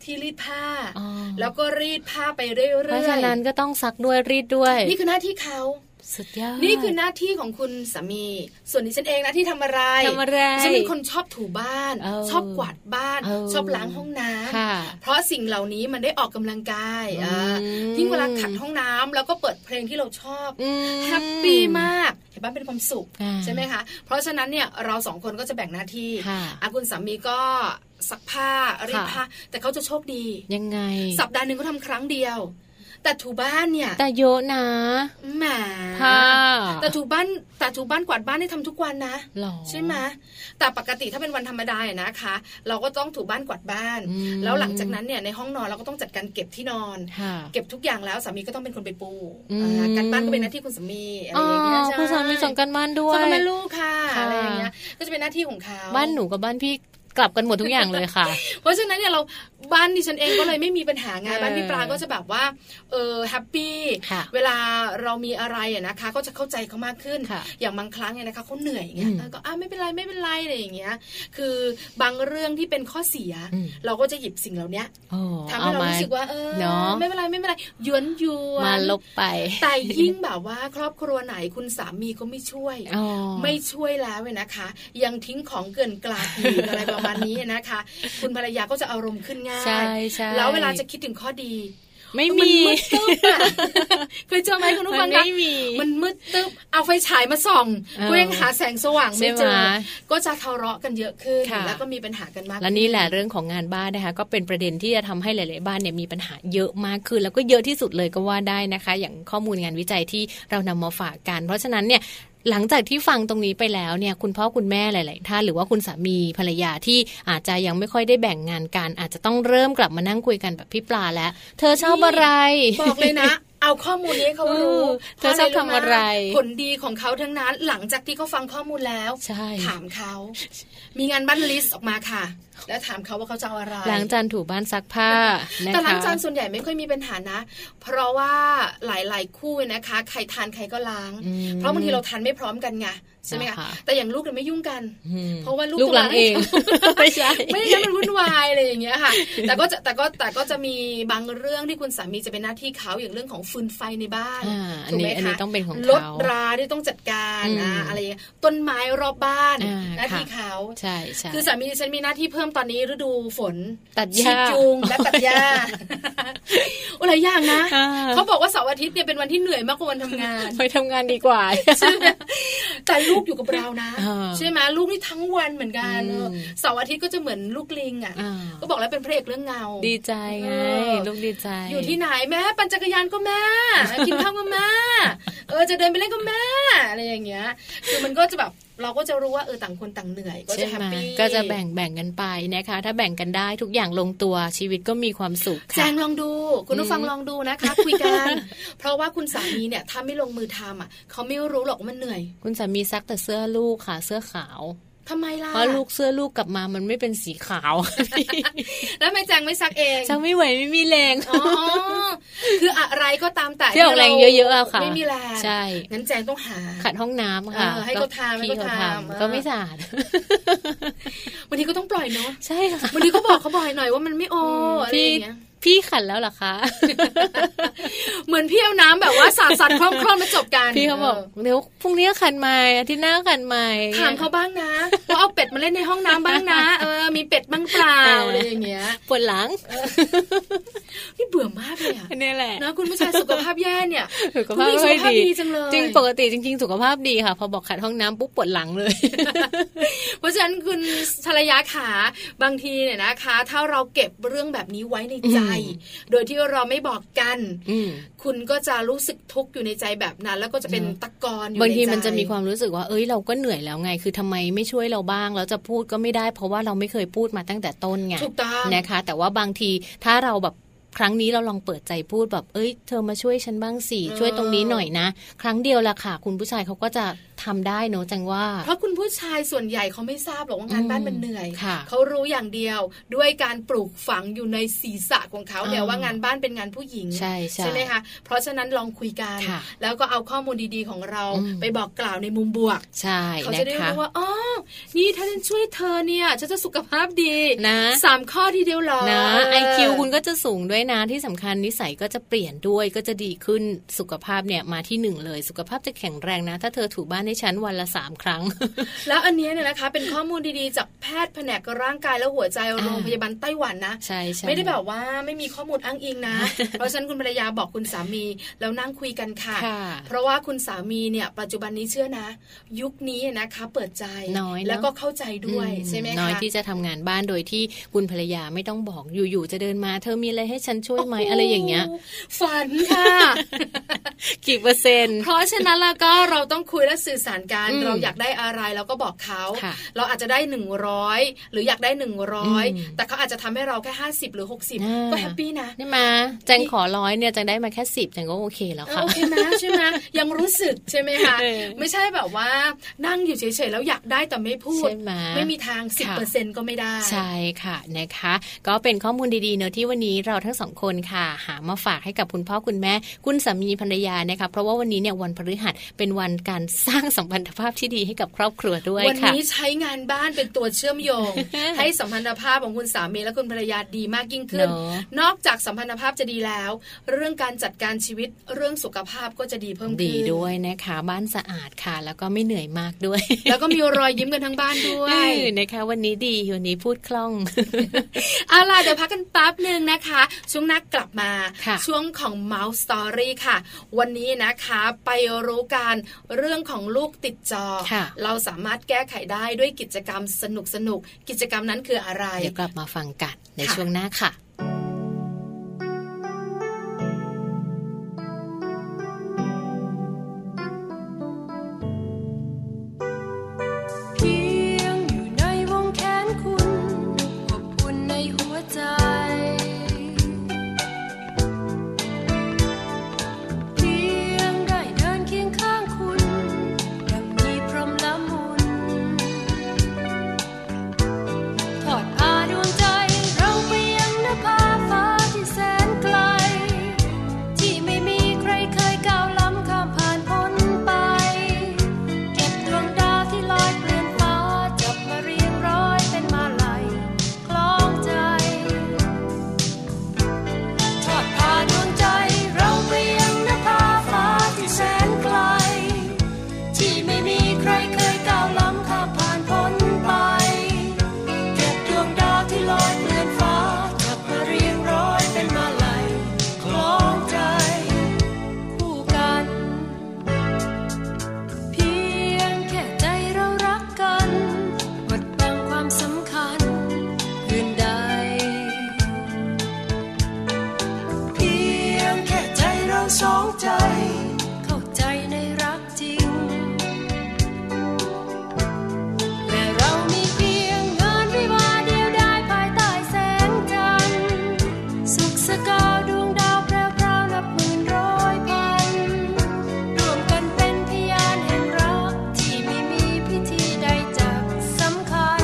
Speaker 4: ที่รีดผ้า
Speaker 3: อ๋อ
Speaker 4: แล้วก็รีดผ้าไปเรื่อยๆ
Speaker 3: เพราะฉะนั้นก็ต้องซักด้วยรีดด้วย
Speaker 4: นี่คือหน้าที่เขา
Speaker 3: สุดยอด
Speaker 4: นี่คือหน้าที่ของคุณสามี ส่วนดิฉันเองหน้าที่ทำอะไร
Speaker 3: ทำอะไร
Speaker 4: ฉันเป็นคนชอบถูบ้าน
Speaker 3: เออ
Speaker 4: ชอบกวาดบ้าน
Speaker 3: เออ
Speaker 4: ชอบล้างห้องน้ำ
Speaker 3: ค่ะ
Speaker 4: เพราะสิ่งเหล่านี้มันได้ออกกำลังกายอ่ะ
Speaker 3: อืม
Speaker 4: ยิ่งเวลาขัดห้องน้ำแล้วก็เปิดเพลงที่เราชอบ
Speaker 3: อืม
Speaker 4: แฮปปี้มาก เห็นป่ะเป็นความสุข
Speaker 3: อ่า
Speaker 4: ใช่ไหมคะ เพราะฉะนั้นเนี่ยเราสองคนก็จะแบ่งหน้าที่
Speaker 3: ค่ะ
Speaker 4: อาคุณสามีก็ซักผ้ารีด
Speaker 3: ค่ะ
Speaker 4: ผ้าแต่เขาจะโชคดี
Speaker 3: ยังไง
Speaker 4: สัปดาห์หนึ่งก็ทำครั้งเดียว แต่ถูบ้านเนี่ย
Speaker 3: แต่เยอะนะ
Speaker 4: แหม
Speaker 3: ผ้า
Speaker 4: แต่ถูบ้านแต่ถูบ้านกวาดบ้านได้ทำทุกวันนะ
Speaker 3: หรอ
Speaker 4: ใช่ไหมแต่ปกติถ้าเป็นวันธรรมดาอะนะคะ เราก็ต้องถูบ้านกวาดบ้าน
Speaker 3: อืม
Speaker 4: แล้วหลังจากนั้นเนี่ยในห้องนอนเราก็ต้องจัดการเก็บที่นอน
Speaker 3: ค่ะ
Speaker 4: เก็บทุกอย่างแล้วสามีก็ต้องเป็นคนไปปู
Speaker 3: อืม
Speaker 4: อ่าการบ้านก็เป็นหน้าที่คุณสามีอะไร
Speaker 3: อ๋อ
Speaker 4: อย่างเงี้ยใช่
Speaker 3: คุณสามีส่งกันบ้านด้วย
Speaker 4: ส่งกันบ้านลูกค่ะ
Speaker 3: ค่ะ
Speaker 4: อะไรอย่างเงี้ยก็จะเป็นหน้าที่ของเขา
Speaker 3: บ้านหนูกับบ้านพี่กลับกันหมดทุกอย่างเลยค่ะ
Speaker 4: เพราะฉะนั้นเนี่ยเราบ้านดิฉันเองก็เลยไม่มีปัญหาไง
Speaker 3: เออ
Speaker 4: บ้านพี่ปลาก็จะแบบว่าเออแฮปปี้
Speaker 3: ค่ะ
Speaker 4: เวลาเรามีอะไรอะนะคะ ก็จะเข้าใจเขามากขึ้น
Speaker 3: ค่ะ
Speaker 4: อย่างบางครั้งเนี่ยนะคะเขาเหนื่อยอย่างเงี้ย
Speaker 3: อืม
Speaker 4: เออก็อ่ะไม่เป็นไรไม่เป็นไรอะไรอย่างเงี้ย คือบางเรื่องที่เป็นข้อเสีย
Speaker 3: อืม
Speaker 4: เราก็จะหยิบสิ่งเหล่าเนี้ย
Speaker 3: โอ้
Speaker 4: ทำ
Speaker 3: เอา
Speaker 4: ให้เรา
Speaker 3: มา
Speaker 4: รู้สึกว่าเออ
Speaker 3: เนอะ
Speaker 4: ไม่เป็นไรไม่เป็นไรหยวนยวนๆ
Speaker 3: มาลบไป
Speaker 4: แต่ยิ่งแบบว่าครอบครัวไหนคุณสามีก็ไม่ช่วย
Speaker 3: อ๋อ
Speaker 4: ไม่ช่วยแล้วเนี่ยนะคะ ยังทิ้งของเกินกลาดอีก อะไรประมาณนี้นะคะ คุณภรรยาก็จะอารมณ์ขึ้นง่าย
Speaker 3: ใช่ใช่
Speaker 4: แล้วเวลาจะคิดถึงข้อดี
Speaker 3: ไม่
Speaker 4: น
Speaker 3: มี
Speaker 4: มืดตึ๊บอะ เคยเจอไหมคุณผู้
Speaker 3: มั
Speaker 4: ฟั
Speaker 3: น
Speaker 4: งคะ
Speaker 3: ไม่มี
Speaker 4: มันมืดตึ๊บเอาไฟฉายมาส่อง
Speaker 3: เออ
Speaker 4: ก็ยังหาแสงสว่างไม่เจอ
Speaker 3: ใช่ไหม
Speaker 4: ก็จะทะเลาะกันเยอะขึ้น
Speaker 3: ค่ะ
Speaker 4: แล้วก็มีปัญหากันมาก
Speaker 3: และนี่แหละเรื่องของงานบ้านนะคะ ก็เป็นประเด็นที่จะทำให้หลาย ๆ บ้านเนี่ยมีปัญหาเยอะมากขึ้น แล้วก็เยอะที่สุดเลยก็ว่าได้นะคะ อย่างข้อมูลงานวิจัยที่เรานำมาฝากกัน เพราะฉะนั้นเนี่ยหลังจากที่ฟังตรงนี้ไปแล้วเนี่ยคุณพ่อคุณแม่หลาย ๆ ท่านหรือว่าคุณสามีภรรยาที่อาจจะยังไม่ค่อยได้แบ่งงานกัน อาจจะต้องเริ่มกลับมานั่งคุยกันแบบพี่ปลาแล้ว เธอชอบอะไร
Speaker 4: บอกเลย นะ เอาข้อมูลนี้ให้เขารู้
Speaker 3: เออเธอชอบทำอะไร
Speaker 4: ผลดีของเขาทั้งนั้นหลังจากที่เขาฟังข้อมูลแล้ว
Speaker 3: ใช่
Speaker 4: ถามเขา มีงานบ้านลิสต์ออกมาค่ะ แล้วถามเขาว่าเขาจะเอาอะไร
Speaker 3: ล้างจานถูบ้านซักผ้านะคะ
Speaker 4: แต่หลังจานส่วนใหญ่ไม่ค่อยมีปัญหานะ เพราะว่าหลาย ๆ คู่นะคะ ใครทานใครก็ล้าง
Speaker 3: อืม
Speaker 4: เพราะบางทีเราทานไม่พร้อมกันไงใช่ไหมคะ
Speaker 3: ค่ะ
Speaker 4: แต่อย่างลูกเนี่ยไม่ยุ่งกัน
Speaker 3: อืม
Speaker 4: เพราะว่าลูก
Speaker 3: ลูกหลัง
Speaker 4: ตัว
Speaker 3: เอง ไม่ใช่
Speaker 4: ไม่งั้นมันวุ่นวายอะไรอย่างเงี้ยค่ะ แต่ก็จะแต่ก็แต่ก็จะมีบางเรื่องที่คุณสามีจะเป็นหน้าที่เขาอย่างเรื่องของฟืนไฟในบ้าน
Speaker 3: อ่าอัน
Speaker 4: ถูก
Speaker 3: นี้
Speaker 4: ไหม
Speaker 3: อันนี้
Speaker 4: คะ
Speaker 3: ต้องเป็นของ
Speaker 4: รถ
Speaker 3: เขา
Speaker 4: ราที่ต้องจัดการ
Speaker 3: อืม
Speaker 4: อ่าอะไรอย่างเงี้ยต้นไม้รอบบ้าน
Speaker 3: อ่า
Speaker 4: หน้าที่
Speaker 3: ค่ะ
Speaker 4: เขา
Speaker 3: ใช่ใช่
Speaker 4: คือสามีดิฉันมีหน้าที่เพิ่มตอนนี้ฤดูฝน
Speaker 3: ตัดหญ้า
Speaker 4: ฉีดยุงและตัดหญ้าโอะไรอย่างนะ
Speaker 3: อ่า
Speaker 4: เขาบอกว่าเสาร์อาทิตย์เนี่ยเป็นวันที่เหนื่อยมากกว่าวันทำงาน
Speaker 3: ไปทำงานดีกว่า
Speaker 4: แต่ลูกอยู่กับเรานะ
Speaker 3: อ่า
Speaker 4: ใช่ไหมลูกนี่ทั้งวันเหมือนกัน
Speaker 3: อืม
Speaker 4: เออเสาร์อาทิตย์ก็จะเหมือนลูกลิงอ่ะ
Speaker 3: อ่า
Speaker 4: ก็บอกแล้วเป็นพระเอกเรื่องเงา
Speaker 3: ดีใจไง
Speaker 4: เออ
Speaker 3: ลูกดีใจ
Speaker 4: อยู่ที่ไหนแม่ปั่นจักรยานก็ แม่กินข้าวก็แม่เออจะเดินไปเล่นก็แม่อะไรอย่างเงี้ย คือมันก็จะแบบเราก็จะรู้ว่าเออต่างคนต่างเหนื่อยก็จะ
Speaker 3: ใช่
Speaker 4: แฮป
Speaker 3: ไหม
Speaker 4: ปี้
Speaker 3: ก็จะแบ่งแบ่งกันไปนะคะ ถ้าแบ่งกันได้ทุกอย่างลงตัวชีวิตก็มีความสุข
Speaker 4: แจ
Speaker 3: ค่ะ
Speaker 4: งลองดู คุณผู้ฟังลองดูนะคะ คุยกัน เพราะว่าคุณสามีเนี่ยถ้าไม่ลงมือทำอ่ะเขาไม่รู้หรอกว่ามันเหนื่อย
Speaker 3: คุณสามีซักแต่เสื้อลูกค่ะ เสื้อขาว
Speaker 4: ทำไมล่ะ
Speaker 3: เพราะลูกเสื้อลูกกลับมามันไม่เป็นสีขาว
Speaker 4: แล้วทำไมแจงไม่ซักเอง
Speaker 3: จะไม่ไหวไม่มีแรง
Speaker 4: อ๋อคืออะไรก็ตามแต่
Speaker 3: ที่ออกแรงเยอะๆอะค่ะ
Speaker 4: ไม่มีแรง
Speaker 3: ใช่
Speaker 4: งั้นแจงต้องหา
Speaker 3: ขัดห้องน้ำค่ะ
Speaker 4: เออให้เขาทำให้
Speaker 3: พี่
Speaker 4: เขา
Speaker 3: เขา
Speaker 4: ทำเออ
Speaker 3: ทำก็ไม่สะอาด
Speaker 4: วันนี้ก็ต้องปล่อยเนาะ
Speaker 3: ใช่ค่ะ
Speaker 4: วันนี้ก็บอกเขาบ่อยหน่อยว่ามันไม่โออะไรอ
Speaker 3: พี่
Speaker 4: ย่างเงี้ย
Speaker 3: พี่ขัดแล้วเหรอคะ
Speaker 4: เหมือนพี่เอาน้ำแบบว่าสาดสัตว์คล่อมๆมาจบกัน
Speaker 3: พี่เขาบอก
Speaker 4: ออ
Speaker 3: เดี๋ยวพรุ่งนี้ขัดใหม่อาทิตย์หน้าขัดใหม่
Speaker 4: ถามเขาบ้างนะว่าเอาเป็ดมาเล่นในห้องน้ำบ้างนะ เออ มีเป็ดบ้างเปล่าอะไรอย่างเงี้ย
Speaker 3: ปวดหลัง
Speaker 4: นี่เบื่อมากเลยอะ
Speaker 3: นี่แหละ
Speaker 4: นะคุณผู้ชายสุขภาพแย่เนี่ย
Speaker 3: สุข
Speaker 4: คุณ
Speaker 3: ภาพ
Speaker 4: ผู้หญิงสุ
Speaker 3: ไม่ค่
Speaker 4: ขภา
Speaker 3: อย
Speaker 4: พดี
Speaker 3: ดี
Speaker 4: จังเลย
Speaker 3: จริงปกติจริง ๆ สุขภาพดีค่ะ พอบอกขัดห้องน้ำปุ๊บปวดหลังเลย
Speaker 4: เพราะฉะนั้นคุณภรรยาขาบางทีเนี่ยนะคะ ถ้าเราเก็บเรื่องแบบนี้ไว้ในใจ
Speaker 3: อืม
Speaker 4: โดยที่เราไม่บอกกัน
Speaker 3: อืม
Speaker 4: คุณก็จะรู้สึกทุกข์อยู่ในใจแบบนั้น แล้วก็จะเป็น
Speaker 3: เนอะ
Speaker 4: ตะกอนอ ยู่
Speaker 3: บางที
Speaker 4: ใ
Speaker 3: มันจะมีความรู้สึกว่า เอ้ยเราก็เหนื่อยแล้วไง คือทำไมไม่ช่วยเราบ้าง แล้วจะพูดก็ไม่ได้ เพราะว่าเราไม่เคยพูดมาตั้งแต่ต้นไง
Speaker 4: ถูกต้อง
Speaker 3: นะคะ แต่ว่าบางทีถ้าเราแบบครั้งนี้เราลองเปิดใจพูดแบบ เอ้ย เธอมาช่วยฉันบ้างสิ
Speaker 4: เออ
Speaker 3: ช่วยตรงนี้หน่อยนะ ครั้งเดียวละค่ะ คุณผู้ชายเขาก็จะทำได้เนอะจังว่า
Speaker 4: เพราะคุณผู้ชายส่วนใหญ่เขาไม่ทราบหรอกว่างาน
Speaker 3: อืม
Speaker 4: บ้านมันเหนื่อย
Speaker 3: ค่ะ
Speaker 4: เขารู้อย่างเดียวด้วยการปลูกฝังอยู่ในศีรษะของเขา
Speaker 3: อ่า
Speaker 4: เนี่ยว่างานบ้านเป็นงานผู้หญิง
Speaker 3: ใช่ใช่
Speaker 4: ไหมคะ เพราะฉะนั้นลองคุยกัน
Speaker 3: ค่ะ
Speaker 4: แล้วก็เอาข้อมูลดีๆของเรา
Speaker 3: อืม
Speaker 4: ไปบอกกล่าวในมุมบวก
Speaker 3: ใช่
Speaker 4: เขา
Speaker 3: นะ
Speaker 4: จะได้
Speaker 3: คะ
Speaker 4: รู้ว่าอ๋อนี่ถ้าฉันช่วยเธอเนี่ยฉันจะสุขภาพดี
Speaker 3: นะ
Speaker 4: สามข้อทีเดียวเหรอ
Speaker 3: นะ IQ คุณก็จะสูงด้วยนะที่สำคัญนิสัยก็จะเปลี่ยนด้วยก็จะดีขึ้นสุขภาพเนี่ยมาที่หนึ่งเลย สุขภาพจะแข็งแรงนะ ถ้าเธอถูบ้านให้ฉันวันละสามครั้ง
Speaker 4: แล้วอันเนี้ยเนี่ยนะคะ เป็นข้อมูลดีๆ จากแพทย์แผนกร่างกายและหัวใจโรงพยาบาลไต้หวันนะ
Speaker 3: ใช่ใช่
Speaker 4: ไม่ได้แบบว่าไม่มีข้อมูลอ้างอิ งนะ เพราะฉะนั้นคุณภรรยาบอกคุณสามีแล้วนั่งคุยกันค่ะ
Speaker 3: ค่ะ
Speaker 4: เพราะว่าคุณสามีเนี่ยปัจจุบันนี้เชื่อนะ ยุคนี้นะคะ เปิดใจ
Speaker 3: น้อยเนอะ
Speaker 4: แล้วก็เข้าใจด้วย
Speaker 3: อื
Speaker 4: ใช่ไหม
Speaker 3: น้อย
Speaker 4: คะ
Speaker 3: ที่จะทำงานบ้านโดยที่คุณภรรยาไม่ต้องบอกอยู่ๆจะเดินมา เธอมีอะไรให้ฉันช่วยไหมอะไรอย่างเงี้ย
Speaker 4: โโหฝันค่ะ
Speaker 3: กี่เปอร์เซ็นต์
Speaker 4: เพราะฉะนั้นแล้วก็เราต้องคุยและสื่อสารกัน
Speaker 3: อืม
Speaker 4: เราอยากได้อะไรเราก็บอกเขา
Speaker 3: ค่ะ
Speaker 4: เราอาจจะได้ 100 หรืออยากได้
Speaker 3: ม
Speaker 4: 100 แต่เขาอาจจะทำให้เราแค่ 50 หรือ
Speaker 3: อ่า
Speaker 4: 60 ก็แฮปปี้นะ
Speaker 3: นี่มาแจงขอร้อยเนี่ยแจงได้มาแค่สิบแจงก็โอเคแล้วค่ะ
Speaker 4: โอเคไหมใช่ไหมยังรู้สึกใช่ไหมคะ
Speaker 3: เออ
Speaker 4: ไม่ใช่แบบว่านั่งอยู่เฉยๆแล้วอยากได้แต่ไม่พูด
Speaker 3: ใช่ไหม
Speaker 4: มีทาง
Speaker 3: ค่ะ
Speaker 4: 10%ก็ไม่ได้
Speaker 3: ใช่ค่ะนะคะ ก็เป็นข้อมูลดีๆเนอะที่วันนี้เราทั้งสองคนค่ะ หามาฝากให้กับคุณพ่อคุณแม่ คุณสามีภรรยานะคะเพราะว่าวันนี้เนี่ยวันพฤหัสเป็นวันการสร้างสัมพันธภาพที่ดีให้กับครอบครัวด้วย
Speaker 4: วัน
Speaker 3: ค่ะ
Speaker 4: นี้ใช้งานบ้านเป็นตัวเชื่อมโย ง ให้สัมพันธภาพของคุณสามีและคุณภรรยาดีมากยิ่งขึ้น
Speaker 3: เนอะ
Speaker 4: นอกจากสัมพันธภาพจะดีแล้ว เรื่องการจัดการชีวิตเรื่องสุขภาพก็จะดีเพิ่มขึ้
Speaker 3: ดี
Speaker 4: น
Speaker 3: ด้วยนะคะบ้านสะอาดค่ะ แล้วก็ไม่เหนื่อยมากด้วย
Speaker 4: แล้วก็มีรอยยิ้มกันทั้งบ้านด้วย
Speaker 3: เออนะคะวันนี้ดีวันนี้พูดคล่ อง
Speaker 4: เอาล่ะเดี๋ยวพักกันแป๊บหนึ่งนะคะ ช่วงหนักกลับมา
Speaker 3: ค่ะ
Speaker 4: ช่วงของ Mouse Story ค่ะ วันนี้นะคะไปรู้การเรื่องของลูกติดจอ
Speaker 3: ค่ะ
Speaker 4: เราสามารถแก้ไขได้ด้วยกิจกรรมสนุกสนุกๆกิจกรรมนั้นคืออะไร
Speaker 3: เดี๋ยวกลับมาฟังกันใน
Speaker 4: ค่ะ
Speaker 3: ช่วงหน้าค่ะ
Speaker 2: เพียงอยู่ในวงแขนคุณอบอุ่นในหัวใจ เพียงได้เดินเคียงข้างคุณยังมีพรหมละมุนถอดผ้าดวงใจเราไปยังนภาฟ้าที่แสนไกล ที่ไม่มีใครเคยก้าวล้ำข้ามผ่านพ้นไป เก็บดวงดาวที่ลอยเปลี่ยนฟ้าจับมาเรียงร้อยเป็นมาลัยคล้องใจ ทอดผ่าดวงใจเราไปยังนภาฟ้าที่แสนไกล ที่ไม่มีใครเคยก้าวล้ำข้ามผ่านพ้นไป เก็บดวงดาวที่ลอยเปลี่ยนฟ้าจับมาเรียงร้อยเป็นมาลัยคล้องใจคู่กัน เพียงแค่ใจเรารักกันหมดบางความสำคัญอื่นใด เพียงแค่ใจเราสองใจ เข้าใจในรักจริง และเรามีเพียงงานวิวาห์เดียวได้ภายใต้แสงจันทร์สุขสกาวดวงดาวแพร่วๆนับหมื่นร้อยพัน รวมกันเป็นพยานแห่งรักที่ไม่มีพิธีใดจักสำคัญ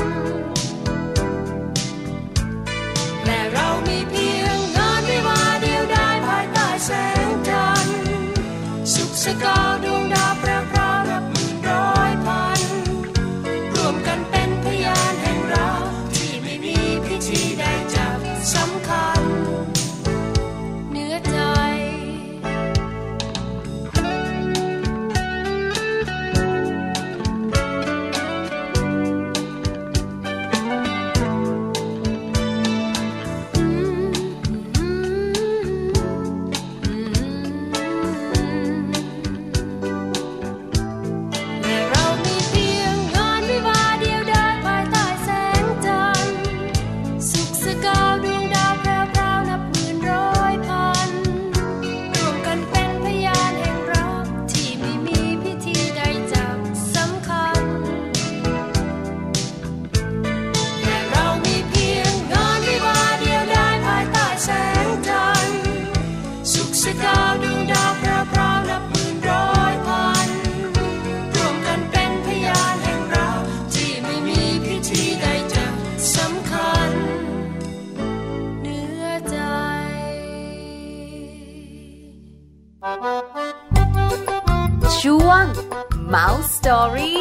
Speaker 2: และเรามีเพียงงานวิวาห์เดียวได้ภายใต้แสงจันทร์สุขสกาวดวงดาวแพร่พราวนับหมื่นร้อยพัน รวมกันเป็นพยานแห่งรักที่ไม่มีพิธีใดจักสำคัญเหนื้อใจ
Speaker 6: เ
Speaker 5: Story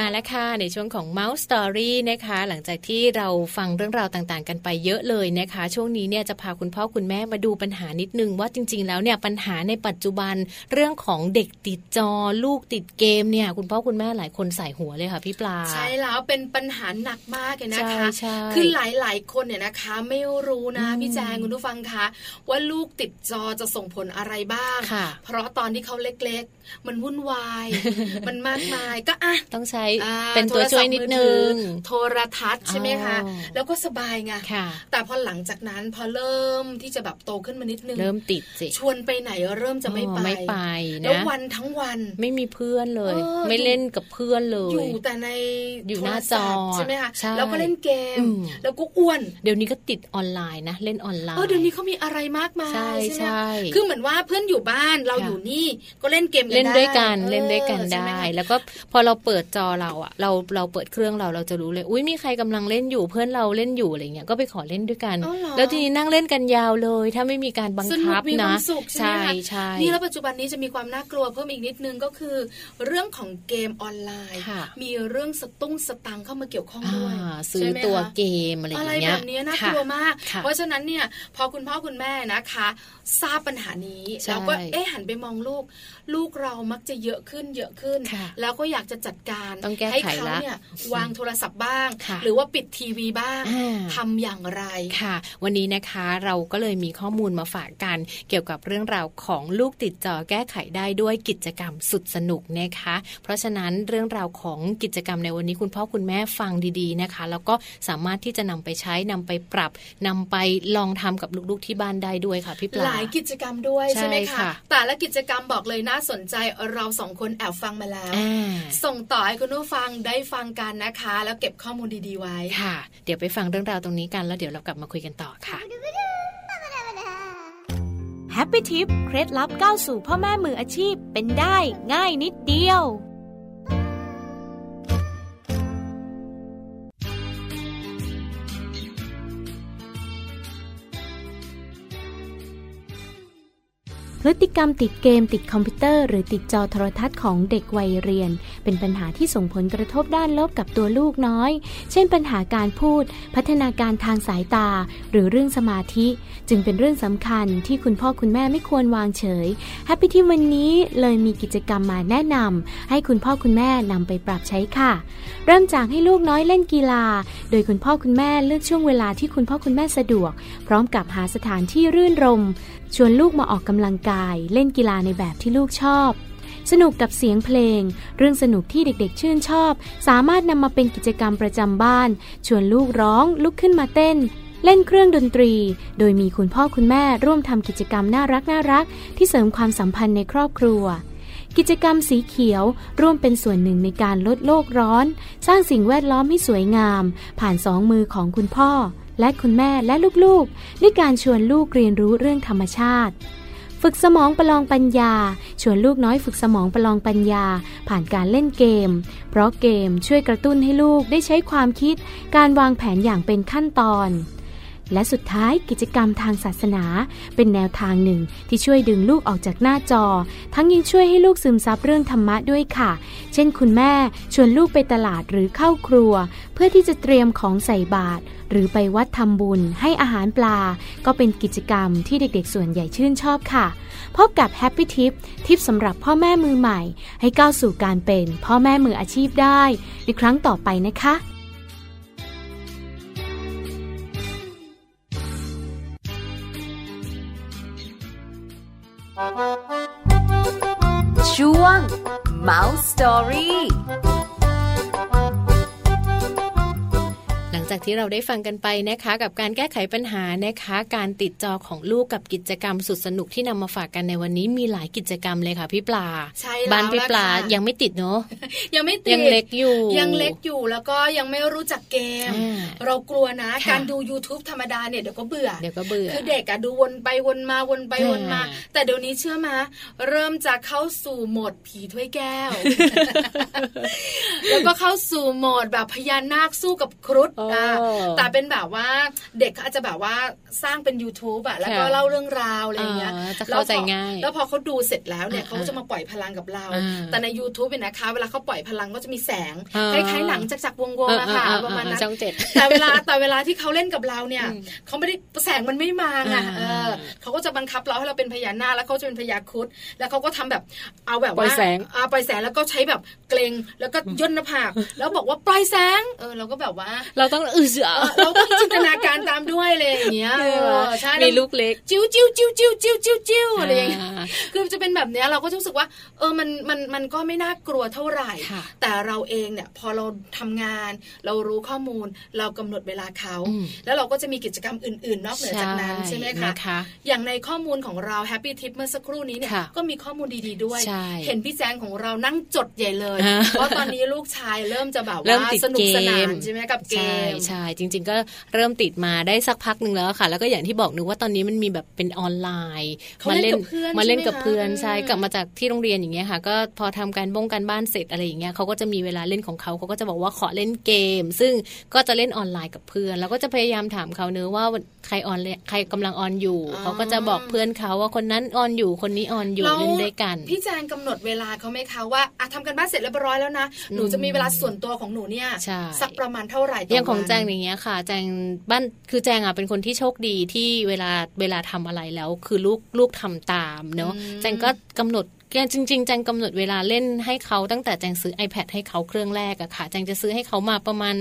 Speaker 3: มาแล้วค่ะในช่วงของ Mouse Story นะคะ หลังจากที่เราฟังเรื่องราวต่างๆ กันไปเยอะเลยนะคะ ช่วงนี้เนี่ยจะพาคุณพ่อคุณแม่มาดูปัญหานิดนึง ว่าจริง ๆ แล้วเนี่ยปัญหาในปัจจุบันเรื่องของเด็กติดจอลูกติดเกมเนี่ย คุณพ่อคุณแม่หลายคนใส่หัวเลยค่ะพี่ปลา
Speaker 4: ใช่แล้วเป็นปัญหาหนักมากเลยนะ
Speaker 3: ใช่
Speaker 4: คะ
Speaker 3: ใช่
Speaker 4: คือหลายๆ คนเนี่ยนะคะ ไม่รู้นะ
Speaker 3: อืม
Speaker 4: พี่แจงคุณผู้ฟังคะว่าลูกติดจอจะส่งผลอะไรบ้าง
Speaker 3: ค่ะ
Speaker 4: เพราะตอนที่เขาเล็กๆ มันวุ่นวาย มันมากมายก็อ่ะ
Speaker 3: ต้องใช้
Speaker 4: อ่า
Speaker 3: เป็นตัวช่วยนิดนึง
Speaker 4: โทรทัศน์ใช่ไหมคะ
Speaker 3: อ๋อ
Speaker 4: แล้วก็สบายไง
Speaker 3: ค่ะ
Speaker 4: แต่พอหลังจากนั้นพอเริ่มที่จะแบบโตขึ้นมานิดนึง
Speaker 3: เริ่มติดสิ
Speaker 4: ชวนไปไหนเริ่มจะไม่
Speaker 3: อ๋
Speaker 4: ไป
Speaker 3: อไม่ไป
Speaker 4: แล้
Speaker 3: นะ
Speaker 4: ววันทั้งวัน
Speaker 3: ไม่มีเพื่อนเลย
Speaker 4: เออ
Speaker 3: ไม่เล่นกับเพื่อนเล
Speaker 4: อย ยู่แต่ใน
Speaker 3: อยู่
Speaker 4: โท
Speaker 3: ห
Speaker 4: ร
Speaker 3: น้า
Speaker 4: ศัพท์
Speaker 3: จอ
Speaker 4: ใช่ไหมคะ
Speaker 3: ใช่
Speaker 4: แล้วก็เล่นเกม
Speaker 3: อืม
Speaker 4: แล้วก็อ้วน
Speaker 3: เดี๋ยวนี้ก็ติดออนไลน์นะเล่นออนไลน์
Speaker 4: เออเดี๋ยวนี้เขามีอะไรมากมาย
Speaker 3: ใช่
Speaker 4: ไหม
Speaker 3: ใช่
Speaker 4: คือเหมือนว่าเพื่อนอยู่บ้านเรา
Speaker 3: ค่ะ
Speaker 4: อยู่นี่ก็เล่นเกม
Speaker 3: เล่นด้วยกัน
Speaker 4: ออ
Speaker 3: เล่นด้วยกัน
Speaker 4: ใช่หม
Speaker 3: ได้
Speaker 4: คะ
Speaker 3: แล้วก็พอเราเปิดจอเราอะเราเราเปิดเครื่องเราเราจะรู้เลยอุ้ยมีใครกำลังเล่นอยู่เพื่อนเราเล่นอยู่อะไรเงี้ยก็ไปขอเล่นด้วยกัน
Speaker 4: อ๋อเหรอ
Speaker 3: แล้วทีนี้นั่งเล่นกันยาวเลย ถ้าไม่มีการบัง
Speaker 4: สนุ
Speaker 3: คั
Speaker 4: ก
Speaker 3: บ
Speaker 4: มีค
Speaker 3: นะ
Speaker 4: วามสุขใช่
Speaker 3: ใช่
Speaker 4: ไหมคะ
Speaker 3: ใช่
Speaker 4: นี่แล้วปัจจุบันนี้จะมีความน่ากลัวเพิ่มอีกนิดนึงก็คือ เรื่องของเกมออนไลน์
Speaker 3: ค่ะ
Speaker 4: มีเรื่องสตุ้งสตังเข้ามาเกี่ยวข้อง
Speaker 3: อ่
Speaker 4: ด้วย
Speaker 3: าซื้อ
Speaker 4: ใช่ไหม
Speaker 3: ตัว
Speaker 4: คะ
Speaker 3: เกมอะไรอ
Speaker 4: อะไร
Speaker 3: ย่างเงี้
Speaker 4: แบ
Speaker 3: ย
Speaker 4: บนี้น่า
Speaker 3: ค่ะ
Speaker 4: กลัวมาก
Speaker 3: ค่ะ
Speaker 4: เพราะฉะนั้นเนี่ยพอคุณพ่อคุณแม่นะคะ ทราบปัญหานี้
Speaker 3: ใช่
Speaker 4: แล้วก็เอ๊ะหันไปมองลูก ลูกเรามักจะเยอะขึ้นเยอะขึ้น
Speaker 3: ค่ะ
Speaker 4: แล้วก็อยากจะจัดการ
Speaker 3: ต้องแก้ไข
Speaker 4: ให้เขา
Speaker 3: ละ
Speaker 4: เนี่ยวางโทรศัพท์บ้าง
Speaker 3: ค่ะ
Speaker 4: หรือว่าปิดทีวีบ้าง
Speaker 3: อ่า
Speaker 4: ทำอย่างไร
Speaker 3: ค่ะ วันนี้นะคะเราก็เลยมีข้อมูลมาฝากกัน เกี่ยวกับเรื่องราวของลูกติดจอแก้ไขได้ด้วยกิจกรรมสุดสนุกนะคะ เพราะฉะนั้นเรื่องราวของกิจกรรมในวันนี้คุณพ่อคุณแม่ฟังดีๆนะคะ แล้วก็สามารถที่จะนำไปใช้นำไปปรับนำไปลองทำกับลูกๆที่บ้านได้ด้วยค่ะพี่ปลา
Speaker 4: หลายกิจกรรมด้วย
Speaker 3: ใช่
Speaker 4: ใช่ไหมคะ
Speaker 3: ค่ะ
Speaker 4: แต่ละกิจกรรมบอกเลยน่าสนใจเราสองคนแอบฟังมาแล้ว
Speaker 3: อ่า
Speaker 4: ส่งต่อให้คุณผู้ฟังได้ฟังกันนะคะ แล้วเก็บข้อมูลดีๆ ไว้
Speaker 3: ค่ะ เดี๋ยวไปฟังเรื่องราวตรงนี้กันแล้วเดี๋ยวเรากลับมาคุยกันต่อค่ะ
Speaker 5: แฮปปี้ทิปเคล็ดลับก้าวสู่พ่อแม่มืออาชีพเป็นได้ง่ายนิดเดียว
Speaker 6: พฤติกรรมติดเกมติดคอมพิวเตอร์หรือติดจอโทรทัศน์ของเด็กวัยเรียน เป็นปัญหาที่ส่งผลกระทบด้านลบกับตัวลูกน้อย เช่นปัญหาการพูด พัฒนาการทางสายตา หรือเรื่องสมาธิ จึงเป็นเรื่องสำคัญที่คุณพ่อคุณแม่ไม่ควรวางเฉยแฮปปี้ที่วันนี้เลยมีกิจกรรมมาแนะนำให้คุณพ่อคุณแม่นำไปปรับใช้ค่ะ เริ่มจากให้ลูกน้อยเล่นกีฬา โดยคุณพ่อคุณแม่เลือกช่วงเวลาที่คุณพ่อคุณแม่สะดวก พร้อมกับหาสถานที่รื่นรม ชวนลูกมาออกกำลังกาย เล่นกีฬาในแบบที่ลูกชอบ สนุกกับเสียงเพลง เรื่องสนุกที่เด็กๆชื่นชอบ สามารถนำมาเป็นกิจกรรมประจำบ้าน ชวนลูกร้องลุกขึ้นมาเต้น เล่นเครื่องดนตรี โดยมีคุณพ่อคุณแม่ร่วมทำกิจกรรมน่ารักน่ารักๆที่เสริมความสัมพันธ์ในครอบครัว กิจกรรมสีเขียว ร่วมเป็นส่วนหนึ่งในการลดโลกร้อน สร้างสิ่งแวดล้อมให้สวยงาม ผ่านสองมือของคุณพ่อ และคุณแม่และลูกๆ ด้วยการชวนลูกเรียนรู้เรื่องธรรมชาติ ฝึกสมองประลองปัญญา ชวนลูกน้อยฝึกสมองประลองปัญญา ผ่านการเล่นเกม เพราะเกมช่วยกระตุ้นให้ลูกได้ใช้ความคิด การวางแผนอย่างเป็นขั้นตอน และสุดท้ายกิจกรรมทางศาสนา เป็นแนวทางหนึ่งที่ช่วยดึงลูกออกจากหน้าจอ ทั้งยังช่วยให้ลูกซึมซับเรื่องธรรมะด้วยค่ะ เช่นคุณแม่ชวนลูกไปตลาดหรือเข้าครัว เพื่อที่จะเตรียมของใส่บาตรหรือไปวัดทำบุญ ให้อาหารปลา ก็เป็นกิจกรรมที่เด็กๆ ส่วนใหญ่ชื่นชอบค่ะ พบกับ Happy Tip ทิปสำหรับพ่อแม่มือใหม่ ให้ก้าวสู่การเป็นพ่อแม่มืออาชีพได้ ในครั้งต่อไปนะคะ
Speaker 5: ช่วง Mouse Story
Speaker 3: หลังจากที่เราได้ฟังกันไปนะคะ กับการแก้ไขปัญหานะคะ การติดจอของลูกกับกิจกรรมสุดสนุกที่นำมาฝากกันในวันนี้มีหลายกิจกรรมเลยค่ะพี่ปลา
Speaker 4: ใช่แล้ว
Speaker 3: บ้านพี่ปลา
Speaker 4: ล่ะค่ะ
Speaker 3: ยังไม่ติดเนาะ
Speaker 4: ยังไม่ติด
Speaker 3: ยังเล็กอยู่
Speaker 4: ยังเล็กอยู่แล้วก็ยังไม่รู้จักเกม
Speaker 3: อ่า
Speaker 4: เรากลัวนะ
Speaker 3: ค่ะ
Speaker 4: การดู YouTube ธรรมดาเนี่ยเดี๋ยวก็เบื่อ
Speaker 3: เดี๋ยวก็เบื่อ
Speaker 4: คือเด็กอะดูวนไปวนมาวนไปวนมา
Speaker 3: อ่า
Speaker 4: แต่เดี๋ยวนี้เชื่อมา เริ่มจะเข้าสู่โหมดผีถ้วยแก้ ว แล้วก็เข้าสู่โหมดแบบพญานาคสู้กับครุฑ
Speaker 3: โอ้
Speaker 4: ล่ะ
Speaker 3: เออ
Speaker 4: แต่เป็นแบบว่าเด็กเขาอาจจะแบบว่าสร้างเป็น YouTube อะแล้วก็
Speaker 3: ค่ะ
Speaker 4: เล่าเรื่องราวอะไรอย่างเงี้ย
Speaker 3: เออจะ
Speaker 4: แล้ว
Speaker 3: เข้าใจ
Speaker 4: พอ
Speaker 3: ง่าย
Speaker 4: แล้วพอเขาดูเสร็จแล้วเนี่ย
Speaker 3: อ่า
Speaker 4: เขาก็จะมาปล่อยพลังกับเรา
Speaker 3: อ่า
Speaker 4: แต่ใน YouTube เนี่ยนะคะ เวลาเขาปล่อยพลังก็จะมีแสง
Speaker 3: เออ
Speaker 4: คล้ายๆหนังจักรจักรวง
Speaker 3: เอ
Speaker 4: ศ์
Speaker 3: อ
Speaker 4: อะ
Speaker 3: เออ
Speaker 4: ค่ะ
Speaker 3: เออ
Speaker 4: ประมาณนั้น
Speaker 3: ช่องเจ็ด
Speaker 4: แต่เวลาแต่เวลาที่เขาเล่นกับเราเนี่ย
Speaker 3: อืม
Speaker 4: เขาไม่ได้แสงมันไม่มาไง
Speaker 3: อ่า
Speaker 4: เออเขาก็จะบังคับเราให้เราเป็นพญานาคแล้วเขาจะเป็นพญาครุดแล้วเขาก็ทำแบบเอาแบบ
Speaker 3: ปล่
Speaker 4: ว่า
Speaker 3: อยแสง
Speaker 4: อ่าปล่อยแสงแล้วก็ใช้แบบเกรงแล้วก็ย่นหน้าผากแล้วบอกว่าปล่อยแสงเออเราก็แบบว่า
Speaker 3: เราต้องอือเสือ
Speaker 4: เออเราก็จินตนาการตามด้วยอะไรอย่างเงี้ยเออใช่
Speaker 3: มีลูกเล็ก
Speaker 4: จิ้วจิ้วจิ้วจิ้วจิ้วจิ้วจิ้วอะไรอย่างเงี้ย
Speaker 3: า
Speaker 4: คือจะเป็นแบบเนี้ยเราก็จะรู้สึกว่าเออมันมันมันก็ไม่น่ากลัวเท่าไหร่
Speaker 3: ค่ะ
Speaker 4: แต่เราเองเนี่ยพอเราทำงาน เรารู้ข้อมูลเรากำหนดเวลาเขา
Speaker 3: อืม
Speaker 4: แล้วเราก็จะมีกิจกรรมอื่น ๆ นอกเหนือจากนั้นใช่ไหม
Speaker 3: น
Speaker 4: คะ อย่างในข้อมูลของเราแฮปปี้ทิปเมื่อสักครู่นี้เนี่ย
Speaker 3: ค่ะ
Speaker 4: ก็มีข้อมูลดี ๆ ด้วย
Speaker 3: ใช่
Speaker 4: เห็นพี่แจงของเรานั่งจดใหญ่เลย
Speaker 3: อ่า
Speaker 4: เพราะตอนนี้ลูกชายเริ่มจะแบบ
Speaker 3: เริ่ม
Speaker 4: ว่า
Speaker 3: ติด
Speaker 4: สนุกสนาน
Speaker 3: เกม
Speaker 4: ใช่ไหมกับเก
Speaker 3: ใช่
Speaker 4: ม
Speaker 3: ใช่จริง ๆ ก็เริ่มติดมาได้สักพักหนึ่งแล้วค่ะ แล้วก็อย่างที่บอกนึกว่าตอนนี้มันมีแบบเป็นออนไลน์
Speaker 4: เขา
Speaker 3: มา
Speaker 4: เล่นกับเพื่อน
Speaker 3: มาเล่น
Speaker 4: ใช่ไหม
Speaker 3: กับเพื่อน
Speaker 4: คะ
Speaker 3: ใช่
Speaker 4: อืม
Speaker 3: กลับมาจากที่โรงเรียนอย่างเงี้ยค่ะ ก็พอทำการบ้งการบ้านเสร็จอะไรอย่างเงี้ยเขาก็จะมีเวลาเล่นของเขาเขาก็จะบอกว่าขอเล่นเกม ซึ่งก็จะเล่นออนไลน์กับเพื่อน แล้วก็จะพยายามถามเขาเนื้อะว่าใครออนใครกำลังออนอยู่
Speaker 4: อ๋อ
Speaker 3: เขาก็จะบอกเพื่อนเขาว่าคนนั้นออนอยู่คนนี้ออนอยู่
Speaker 4: แล้ว
Speaker 3: เล่นด้วยกัน
Speaker 4: พี่แจงกำหนดเวลาเขาไหมคะว่าอะทำกันบ้านเสร็จเรียบร้อยแล้วนะ หนูจะมีเวลาส่วนตัวของหนูเนี่ย
Speaker 3: ใช่
Speaker 4: สักประมาณเท่าไหร่ต่
Speaker 3: อย่างของ
Speaker 4: วัน
Speaker 3: แจงอย่างเงี้ยค่ะแจงบ้านคือแจงอ่ะเป็นคนที่โชคดีที่เวลาเวลาทำอะไรแล้ว คือลูกลูกทำตามเนาะ
Speaker 4: อืม
Speaker 3: แจงก็กำหนดจริงๆแจงกำหนดเวลาเล่นให้เขาตั้งแต่แจงซื้อ iPad ให้เขาเครื่องแรกอะค่ะแจงจะซื้อให้เขามาประมาณ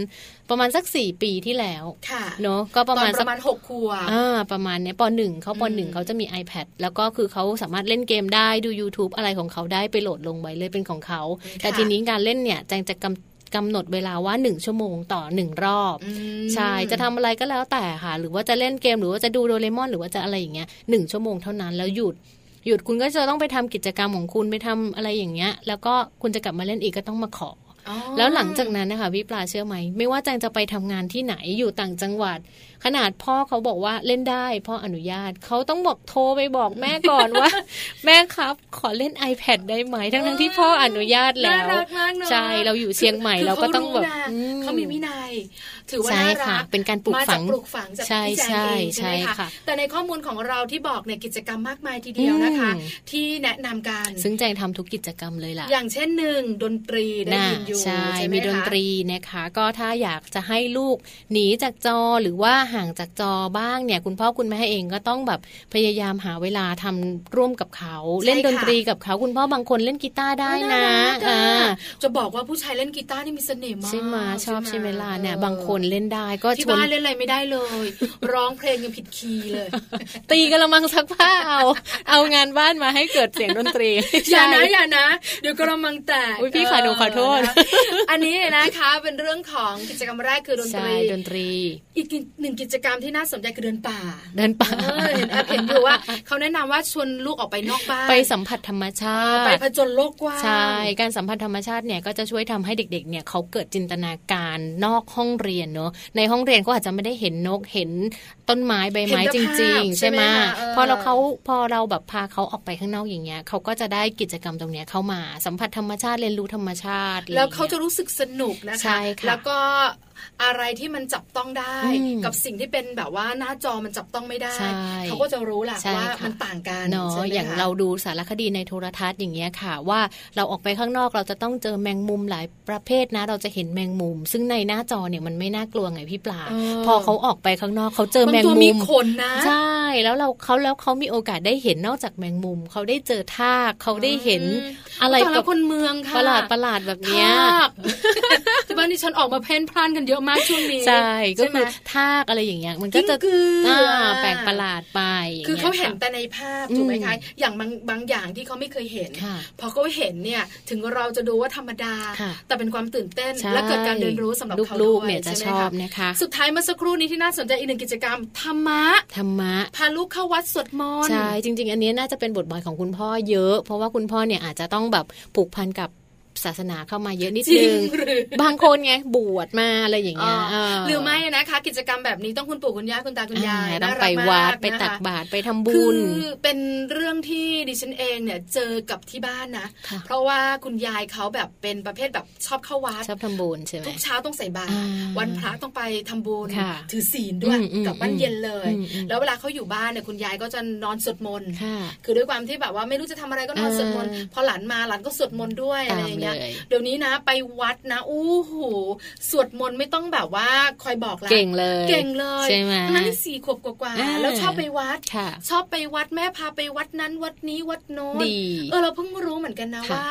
Speaker 3: ประมาณสัก 4 ปีที่แล้ว
Speaker 4: ค่ะ
Speaker 3: เนาะก็ประมาณ
Speaker 4: ตอนป
Speaker 3: สัก
Speaker 4: ระมาณหกขวบ
Speaker 3: อ่าประมาณเนี้ยปหนึ่งเขาป
Speaker 4: อืม
Speaker 3: หนึ่งเขาจะมี iPad แล้วก็คือเขาสามารถเล่นเกมได้ดู YouTube อะไรของเขาได้ไปโหลดลงไว้เลยเป็นของเขา
Speaker 4: ค่ะ
Speaker 3: แต่ทีนี้การเล่นเนี่ยแจงจะกำกำหนดเวลาว่า 1 ชั่วโมงต่อ 1 รอบ
Speaker 4: อืม
Speaker 3: ใช่ จะทำอะไรก็แล้วแต่ค่ะ หรือว่าจะเล่นเกมหรือว่าจะดูโดเรมอน หรือว่าจะอะไรอย่างเงี้ยหนึ่งชั่วโมงเท่านั้นแล้วหยุด หยุดคุณก็จะต้องไปทำกิจกรรมของคุณไปทำอะไรอย่างเงี้ย แล้วก็คุณจะกลับมาเล่นอีกก็ต้องมาขอ
Speaker 4: อ๋อ
Speaker 3: แล้วหลังจากนั้นนะคะพี่ปลาเชื่อไหม ไม่ว่าแจงจะไปทำงานที่ไหนอยู่ต่างจังหวัด ขนาดพ่อเขาบอกว่าเล่นได้พ่ออนุญาตเขาต้องบอกโทรไปบอกแม่ก่อนว่า แม่ครับขอเล่น iPad ได้ไหมทั้งทั้งๆที่พ่ออนุญาตแล้
Speaker 4: น่าว รักมากเนอะ
Speaker 3: ใช่เราอยู่เชียงใหม่
Speaker 4: คือ
Speaker 3: เราก็ต้องแบบ
Speaker 4: เขารู้นะ
Speaker 3: อืม
Speaker 4: เขามีวินัย ถือว่า
Speaker 3: ใช่
Speaker 4: น่า
Speaker 3: ค่ะ
Speaker 4: รัก
Speaker 3: เป็นการปลูก
Speaker 4: มา
Speaker 3: ฝั
Speaker 4: จาก
Speaker 3: ง
Speaker 4: ปลูกฝังจาก
Speaker 3: ใช่
Speaker 4: พี่แจงเอง
Speaker 3: ใช่
Speaker 4: ใช่ไหม
Speaker 3: ใช่
Speaker 4: คะ
Speaker 3: ค่ะ
Speaker 4: แต่ในข้อมูลของเราที่บอกเนี่ยกิจกรรมมากมายทีเดียวนะคะ
Speaker 3: อืม
Speaker 4: ที่แนะนำกัน
Speaker 3: ซึ่งแจงทำทุกกิจกรรมเลยล่ะ
Speaker 4: อย่างเช่นหนึ่งดนตรีได้ยินอยู่
Speaker 3: ใช่
Speaker 4: ใช่ไห
Speaker 3: มี
Speaker 4: คะ
Speaker 3: ดนตรีนะคะ ก็ถ้าอยากจะให้ลูกหนีจากจอหรือว่าห่างจากจอบ้างเนี่ย คุณพ่อคุณแม่เองก็ต้องแบบพยายามหาเวลาทำร่วมกับเขา เล่นดนตรีกับเขาคุณพ่อบางคนเล่นกีตาร์ได้นะ
Speaker 4: น่ารัก
Speaker 3: อ่า
Speaker 4: อ่ะจะบอกว่าผู้ชายเล่นกีตาร์นี่มีเสน่ห์มาก
Speaker 3: ใช่ไหมชอบใช่ไหมล่ะเนี่
Speaker 4: ออบ
Speaker 3: ยางคนเล่นได้ก็
Speaker 4: ที่
Speaker 3: ชวน
Speaker 4: บ้านเล่นอะไรไม่ได้เลย ร้องเพลงยังผิดคีย์เลย
Speaker 3: ตีกระมังซักผ้าเอา เอางานบ้านมาให้เกิดเสียงดนตรี
Speaker 4: อย่านะอย่านะ เดี๋ยวกระมังแตก
Speaker 3: อุ๊ยพี่ขาหนูขอโทษ
Speaker 4: เนะอันนี้นะคะเป็นเรื่องของกิจกรรมแรกคือดนต
Speaker 3: ใช่
Speaker 4: รี
Speaker 3: ดนตรี
Speaker 4: อีกหนึ่งกิจกรรมที่น่าสนใจคือเดินป่า
Speaker 3: เดินป่า
Speaker 4: เออเห็นแอบเห็นอยู่ว่า เขาแนะนำว่าชวนลูกออกไปนอกบ้าน
Speaker 3: ไปสัมผัสธรรมชาติ
Speaker 4: ไปผจญโลกกว้าง
Speaker 3: ใช่ การสัมพันธ์ธรรมชาติเนี่ยก็จะช่วยทำให้เด็กๆ เนี่ยเขาเกิดจินตนาการนอกห้องเรียนเนอะในห้องเรียนเขาอาจจะไม่ได้เห็นนกเห็นต้นไม้ใบไม้
Speaker 4: เห็น
Speaker 3: จ
Speaker 4: แต่ภาพ
Speaker 3: ริง ๆ
Speaker 4: ใช่
Speaker 3: ใช่
Speaker 4: ไห
Speaker 3: ไห
Speaker 4: ม
Speaker 3: ม
Speaker 4: คะเออ
Speaker 3: พอเราเขาพอเราแบบพาเขาออกไปข้างนอกอย่างเงี้ยเขาก็จะได้กิจกรรมตรงเนี้ยเข้ามาสัมผัสธรรมชาติเรียนรู้ธรรมชาติ
Speaker 4: แล้วเขาจะรู้สึกสนุกนะคะ
Speaker 3: ใช่ค่ะ
Speaker 4: แล้วก็อะไรที่มันจับต้องได้
Speaker 3: อืม
Speaker 4: กับสิ่งที่เป็นแบบว่าหน้าจอมันจับต้องไม่ได้
Speaker 3: ใช่
Speaker 4: เขาก็จะรู้แหละ
Speaker 3: ใช่
Speaker 4: ว่า
Speaker 3: ค่ะ
Speaker 4: มันต่างกัน
Speaker 3: เนาะ
Speaker 4: ใช่ไหม
Speaker 3: อย่าง
Speaker 4: คะ
Speaker 3: เราดูสารคดีในโทรทัศน์อย่างเงี้ยค่ะ ว่าเราออกไปข้างนอกเราจะต้องเจอแมงมุมหลายประเภทนะ เราจะเห็นแมงมุม ซึ่งในหน้าจอเนี่ยมันไม่น่ากลัวไงพี่ปลา
Speaker 4: เออ
Speaker 3: พอเขาออกไปข้างนอกเขาเจอบ
Speaker 4: าง
Speaker 3: แมง
Speaker 4: ตัว
Speaker 3: มุ
Speaker 4: มี
Speaker 3: ม
Speaker 4: ขนนะ
Speaker 3: ใช่แล้วเราเขาแล้วเขามีโอกาสได้เห็นนอกจากแมงมุม เขาได้เจอทากเขาได้เห็นอะไร
Speaker 4: แต่
Speaker 3: กั
Speaker 4: ละ
Speaker 3: บ
Speaker 4: คนเมืองค่ะ
Speaker 3: ประหลาดประหลาดแบบเนี้ย
Speaker 4: ทากที่บ้านที่ฉันออกมาเพ่นพล่านกันเยอะมากช่วงนี้
Speaker 3: ใช่ก็
Speaker 4: ไหม
Speaker 3: คือทากอะไรอย่างเงี้ยมันก็
Speaker 4: กิ้ง
Speaker 3: จะ
Speaker 4: กือ
Speaker 3: อ่า
Speaker 4: อ่
Speaker 3: แปลกประหลาดไปย่งงี้ย
Speaker 4: คือเขาเห็นแต่ในภาพถูกไหมคะอย่างบางบางอย่างที่เขาไม่เคยเห็น
Speaker 3: ค่ะ
Speaker 4: พอเขาเห็นเนี่ย ถึงเราจะดูว่าธรรมดา
Speaker 3: ค่ะ
Speaker 4: แต่เป็นความตื่นเต้น
Speaker 3: ใช่
Speaker 4: และเกิดการเรียนรู้สำหรับเขา
Speaker 3: ลู
Speaker 4: ด้
Speaker 3: กๆ
Speaker 4: วย
Speaker 3: เนี่ยจะ
Speaker 4: ใไห
Speaker 3: ช
Speaker 4: ม
Speaker 3: อบ
Speaker 4: คะ
Speaker 3: นะคะ
Speaker 4: สุดท้ายเมื่อสักครู่นี้ที่น่าสนใจอีกหนึ่งกิจกรรมธรรมะ
Speaker 3: ธรรมะ
Speaker 4: พาลูกเข้าวัดสวดมนต์
Speaker 3: ใช่จริง ๆ อันนี้น่าจะเป็นบทบาทของคุณพ่อเยอะ เพราะว่าคุณพ่อเนี่ยอาจจะต้องแบบผูกพันกับ ศาสนาเข้ามาเยอะนิด
Speaker 4: จริ
Speaker 3: นึ
Speaker 4: ง
Speaker 3: ง
Speaker 4: หรือ
Speaker 3: บางคนไงบวชมาอะไรอย่างเงี้ย
Speaker 4: อ๋อ
Speaker 3: เ
Speaker 4: หรือไม่นะคะ กิจกรรมแบบนี้ต้องคุณปู่คุณย่าคุณตาคุณยาย
Speaker 3: อ่
Speaker 4: น่า
Speaker 3: ต้อง
Speaker 4: รัก
Speaker 3: ไปวัด
Speaker 4: มาก
Speaker 3: ไปตัก
Speaker 4: นะคะ
Speaker 3: บาตรไปทำ
Speaker 4: คื
Speaker 3: บุญ
Speaker 4: อเป็นเรื่องที่ดิฉันเองเนี่ยเจอกับที่บ้านนะ
Speaker 3: ค่ะ
Speaker 4: เพราะว่าคุณยายเขาแบบเป็นประเภทแบบชอบเข้าวัด
Speaker 3: ชอบทำบุญใช่ไหม
Speaker 4: ทุกเช้าต้องใส่บาตร
Speaker 3: อ่า
Speaker 4: วันพระต้องไปทำบุญ
Speaker 3: ค่ะ
Speaker 4: ถือศีลด้วย
Speaker 3: อืมอืม
Speaker 4: กลับบ้านเย็นเลย
Speaker 3: อืมอืม
Speaker 4: แล้วเวลาเขาอยู่บ้านเนี่ยคุณยายก็จะนอนสวดมนต์
Speaker 3: ค่ะ
Speaker 4: คือด้วยความที่แบบว่าไม่รู้จะทำอะไรก็นอน
Speaker 3: อ่า
Speaker 4: สวดมนต์พอหลานมาหลานก็สวดมนต์ด้วยอะไร
Speaker 3: ตาม
Speaker 4: อย่าง
Speaker 3: เล
Speaker 4: เงี้ย
Speaker 3: ย
Speaker 4: เดี๋ยวนี้นะไปวัดนะอู้หูสวดมนต์ไม่ต้องแบบว่าคอยบอกละ
Speaker 3: เก่งเลย
Speaker 4: เก่งเลย
Speaker 3: ใช่ไหม
Speaker 4: นั่นสี่ขวบกว่าๆ
Speaker 3: อ่า
Speaker 4: แล้วชอบไปวัด
Speaker 3: ค่ะ
Speaker 4: ชอบไปวัดแม่พาไปวัดนั้นวัดนี้วัดโน้น
Speaker 3: ดี
Speaker 4: เออเราเพิ่งรู้เหมือนกันนะ
Speaker 3: ค่ะ
Speaker 4: ว่า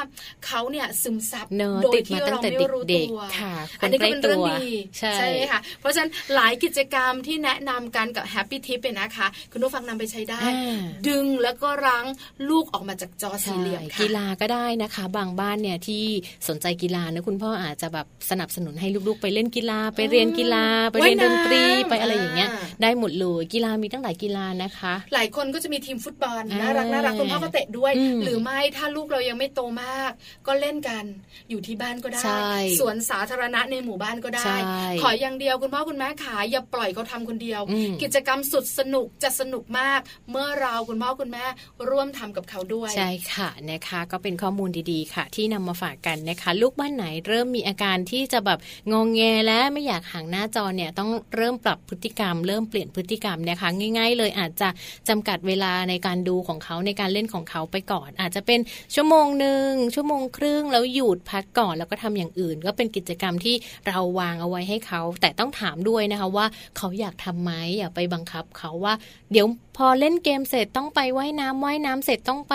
Speaker 4: เขาเนี่ยซึมซับ
Speaker 3: เนอะ
Speaker 4: โดย
Speaker 3: ติด
Speaker 4: ที่
Speaker 3: มาตั้ง
Speaker 4: เรา
Speaker 3: แต่
Speaker 4: ไม่รู้
Speaker 3: เด็ก
Speaker 4: ตัว
Speaker 3: ๆค่ะค
Speaker 4: อั
Speaker 3: น
Speaker 4: นี้
Speaker 3: ใก
Speaker 4: ก็
Speaker 3: ล้
Speaker 4: เป็น
Speaker 3: ตั
Speaker 4: เรื่อง
Speaker 3: ว
Speaker 4: ดี
Speaker 3: ใช่
Speaker 4: ไหมค่ะ เพราะฉะนั้นหลายกิจกรรมที่แนะนำกันกับแฮปปี้ทิปเนี่ยนะคะ คุณผู้ฟังนำไปใช้ได้
Speaker 3: อ่า
Speaker 4: ดึงแล้วก็รั้งลูกออกมาจากจอสี่เหลี่ยม
Speaker 3: ใช่
Speaker 4: ค่ะ
Speaker 3: กีฬาก็ได้นะคะ บางบ้านเนี่ยที่สนใจกีฬานะคุณพ่ออาจจะแบบสนับสนุนให้ลูกๆ ไปเล่นกีฬาไปเรียนกีฬาไปเรียนดนตรี
Speaker 4: ว่ายน้ำ
Speaker 3: ไปอะไรอย่างเงี้ย
Speaker 4: อ่า
Speaker 3: ได้หมดเลยกีฬามีตั้งหลายกีฬานะคะ
Speaker 4: หลายคนก็จะมีทีมฟุตบอล
Speaker 3: อ่า
Speaker 4: น่ารักน่ารักคุณพ่อก็เตะด้วย
Speaker 3: อืม
Speaker 4: หรือไม่ถ้าลูกเรายังไม่โตมาก ก็เล่นกันอยู่ที่บ้านก็ได้
Speaker 3: ใช่
Speaker 4: สวนสาธารณะในหมู่บ้านก็ได้
Speaker 3: ใช่
Speaker 4: ขออย่างเดียวคุณพ่อคุณแม่ขาอย่าปล่อยเขาทำคนเดียว
Speaker 3: อืม
Speaker 4: กิจกรรมสุดสนุกจะสนุกมาก เมื่อเราคุณพ่อคุณแม่ร่วมทำกับเขาด้วย
Speaker 3: ใช่ค่ะนะคะก็เป็นข้อมูลดีๆค่ะ ที่นำมาฝากกันนะคะ ลูกบ้านไหนเริ่มมีอาการที่จะแบบงองแงและไม่อยากห่างหน้าจอเนี่ยต้องเริ่มปรับพฤติกรรม เริ่มเปลี่ยนพฤติกรรมนะคะ ง่าย ๆ เลยอาจจะจำกัดเวลาในการดูของเขาในการเล่นของเขาไปก่อน อาจจะเป็นชั่วโมงหนึ่งชั่วโมงครึ่งแล้วหยุดพักก่อนแล้วก็ทำอย่างอื่น ก็เป็นกิจกรรมที่เราวางเอาไว้ให้เขา แต่ต้องถามด้วยนะคะว่าเขาอยากทำไหมอย่าไปบังคับเขาว่า เดี๋ยวพอเล่นเกมเสร็จต้องไปว่ายน้ำว่ายน้ำเสร็จต้องไป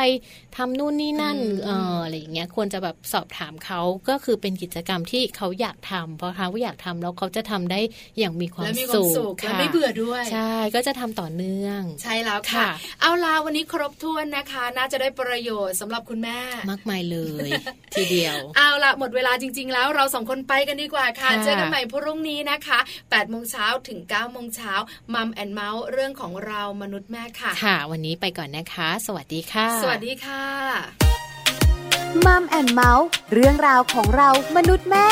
Speaker 3: ทำนู่นนี่นั่น
Speaker 4: อืม
Speaker 3: เอออะไรอย่างเงี้ยควรจะแบบสอบถามเขาก็คือเป็นกิจกรรมที่เขาอยากทำเพราะเขาอยากทำแล้วเขาจะทำได้อย่างมีความ
Speaker 4: และมีความ
Speaker 3: สุข
Speaker 4: สุขและ
Speaker 3: ค่ะ
Speaker 4: ไม่เบื่อด้วย
Speaker 3: ใช่ก็จะทำต่อเนื่อง
Speaker 4: ใช่แล้วค่ะ
Speaker 3: ค่ะ
Speaker 4: เอาลาวันนี้ครบถ้วนนะคะ น่าจะได้ประโยชน์สำหรับคุณแม่
Speaker 3: มากมายเลย ทีเดียว
Speaker 4: เอาละหมดเวลาจริง ๆ แล้วเราสองคนไปกันดีกว่าค่ะ
Speaker 3: ค่ะ
Speaker 4: เจอกันใหม่พรุ่งนี้นะคะ8โมงเช้าถึง9โมงเช้ามัมแอนเมาส์เรื่องของเรามนุษย์แม่ค่ะ
Speaker 3: ค่ะ วันนี้ไปก่อนนะคะ สวัสดีค่ะ
Speaker 4: สวัสดีค่ะ
Speaker 7: มัมแอนเมาส์เรื่องราวของเรามนุษย์แม่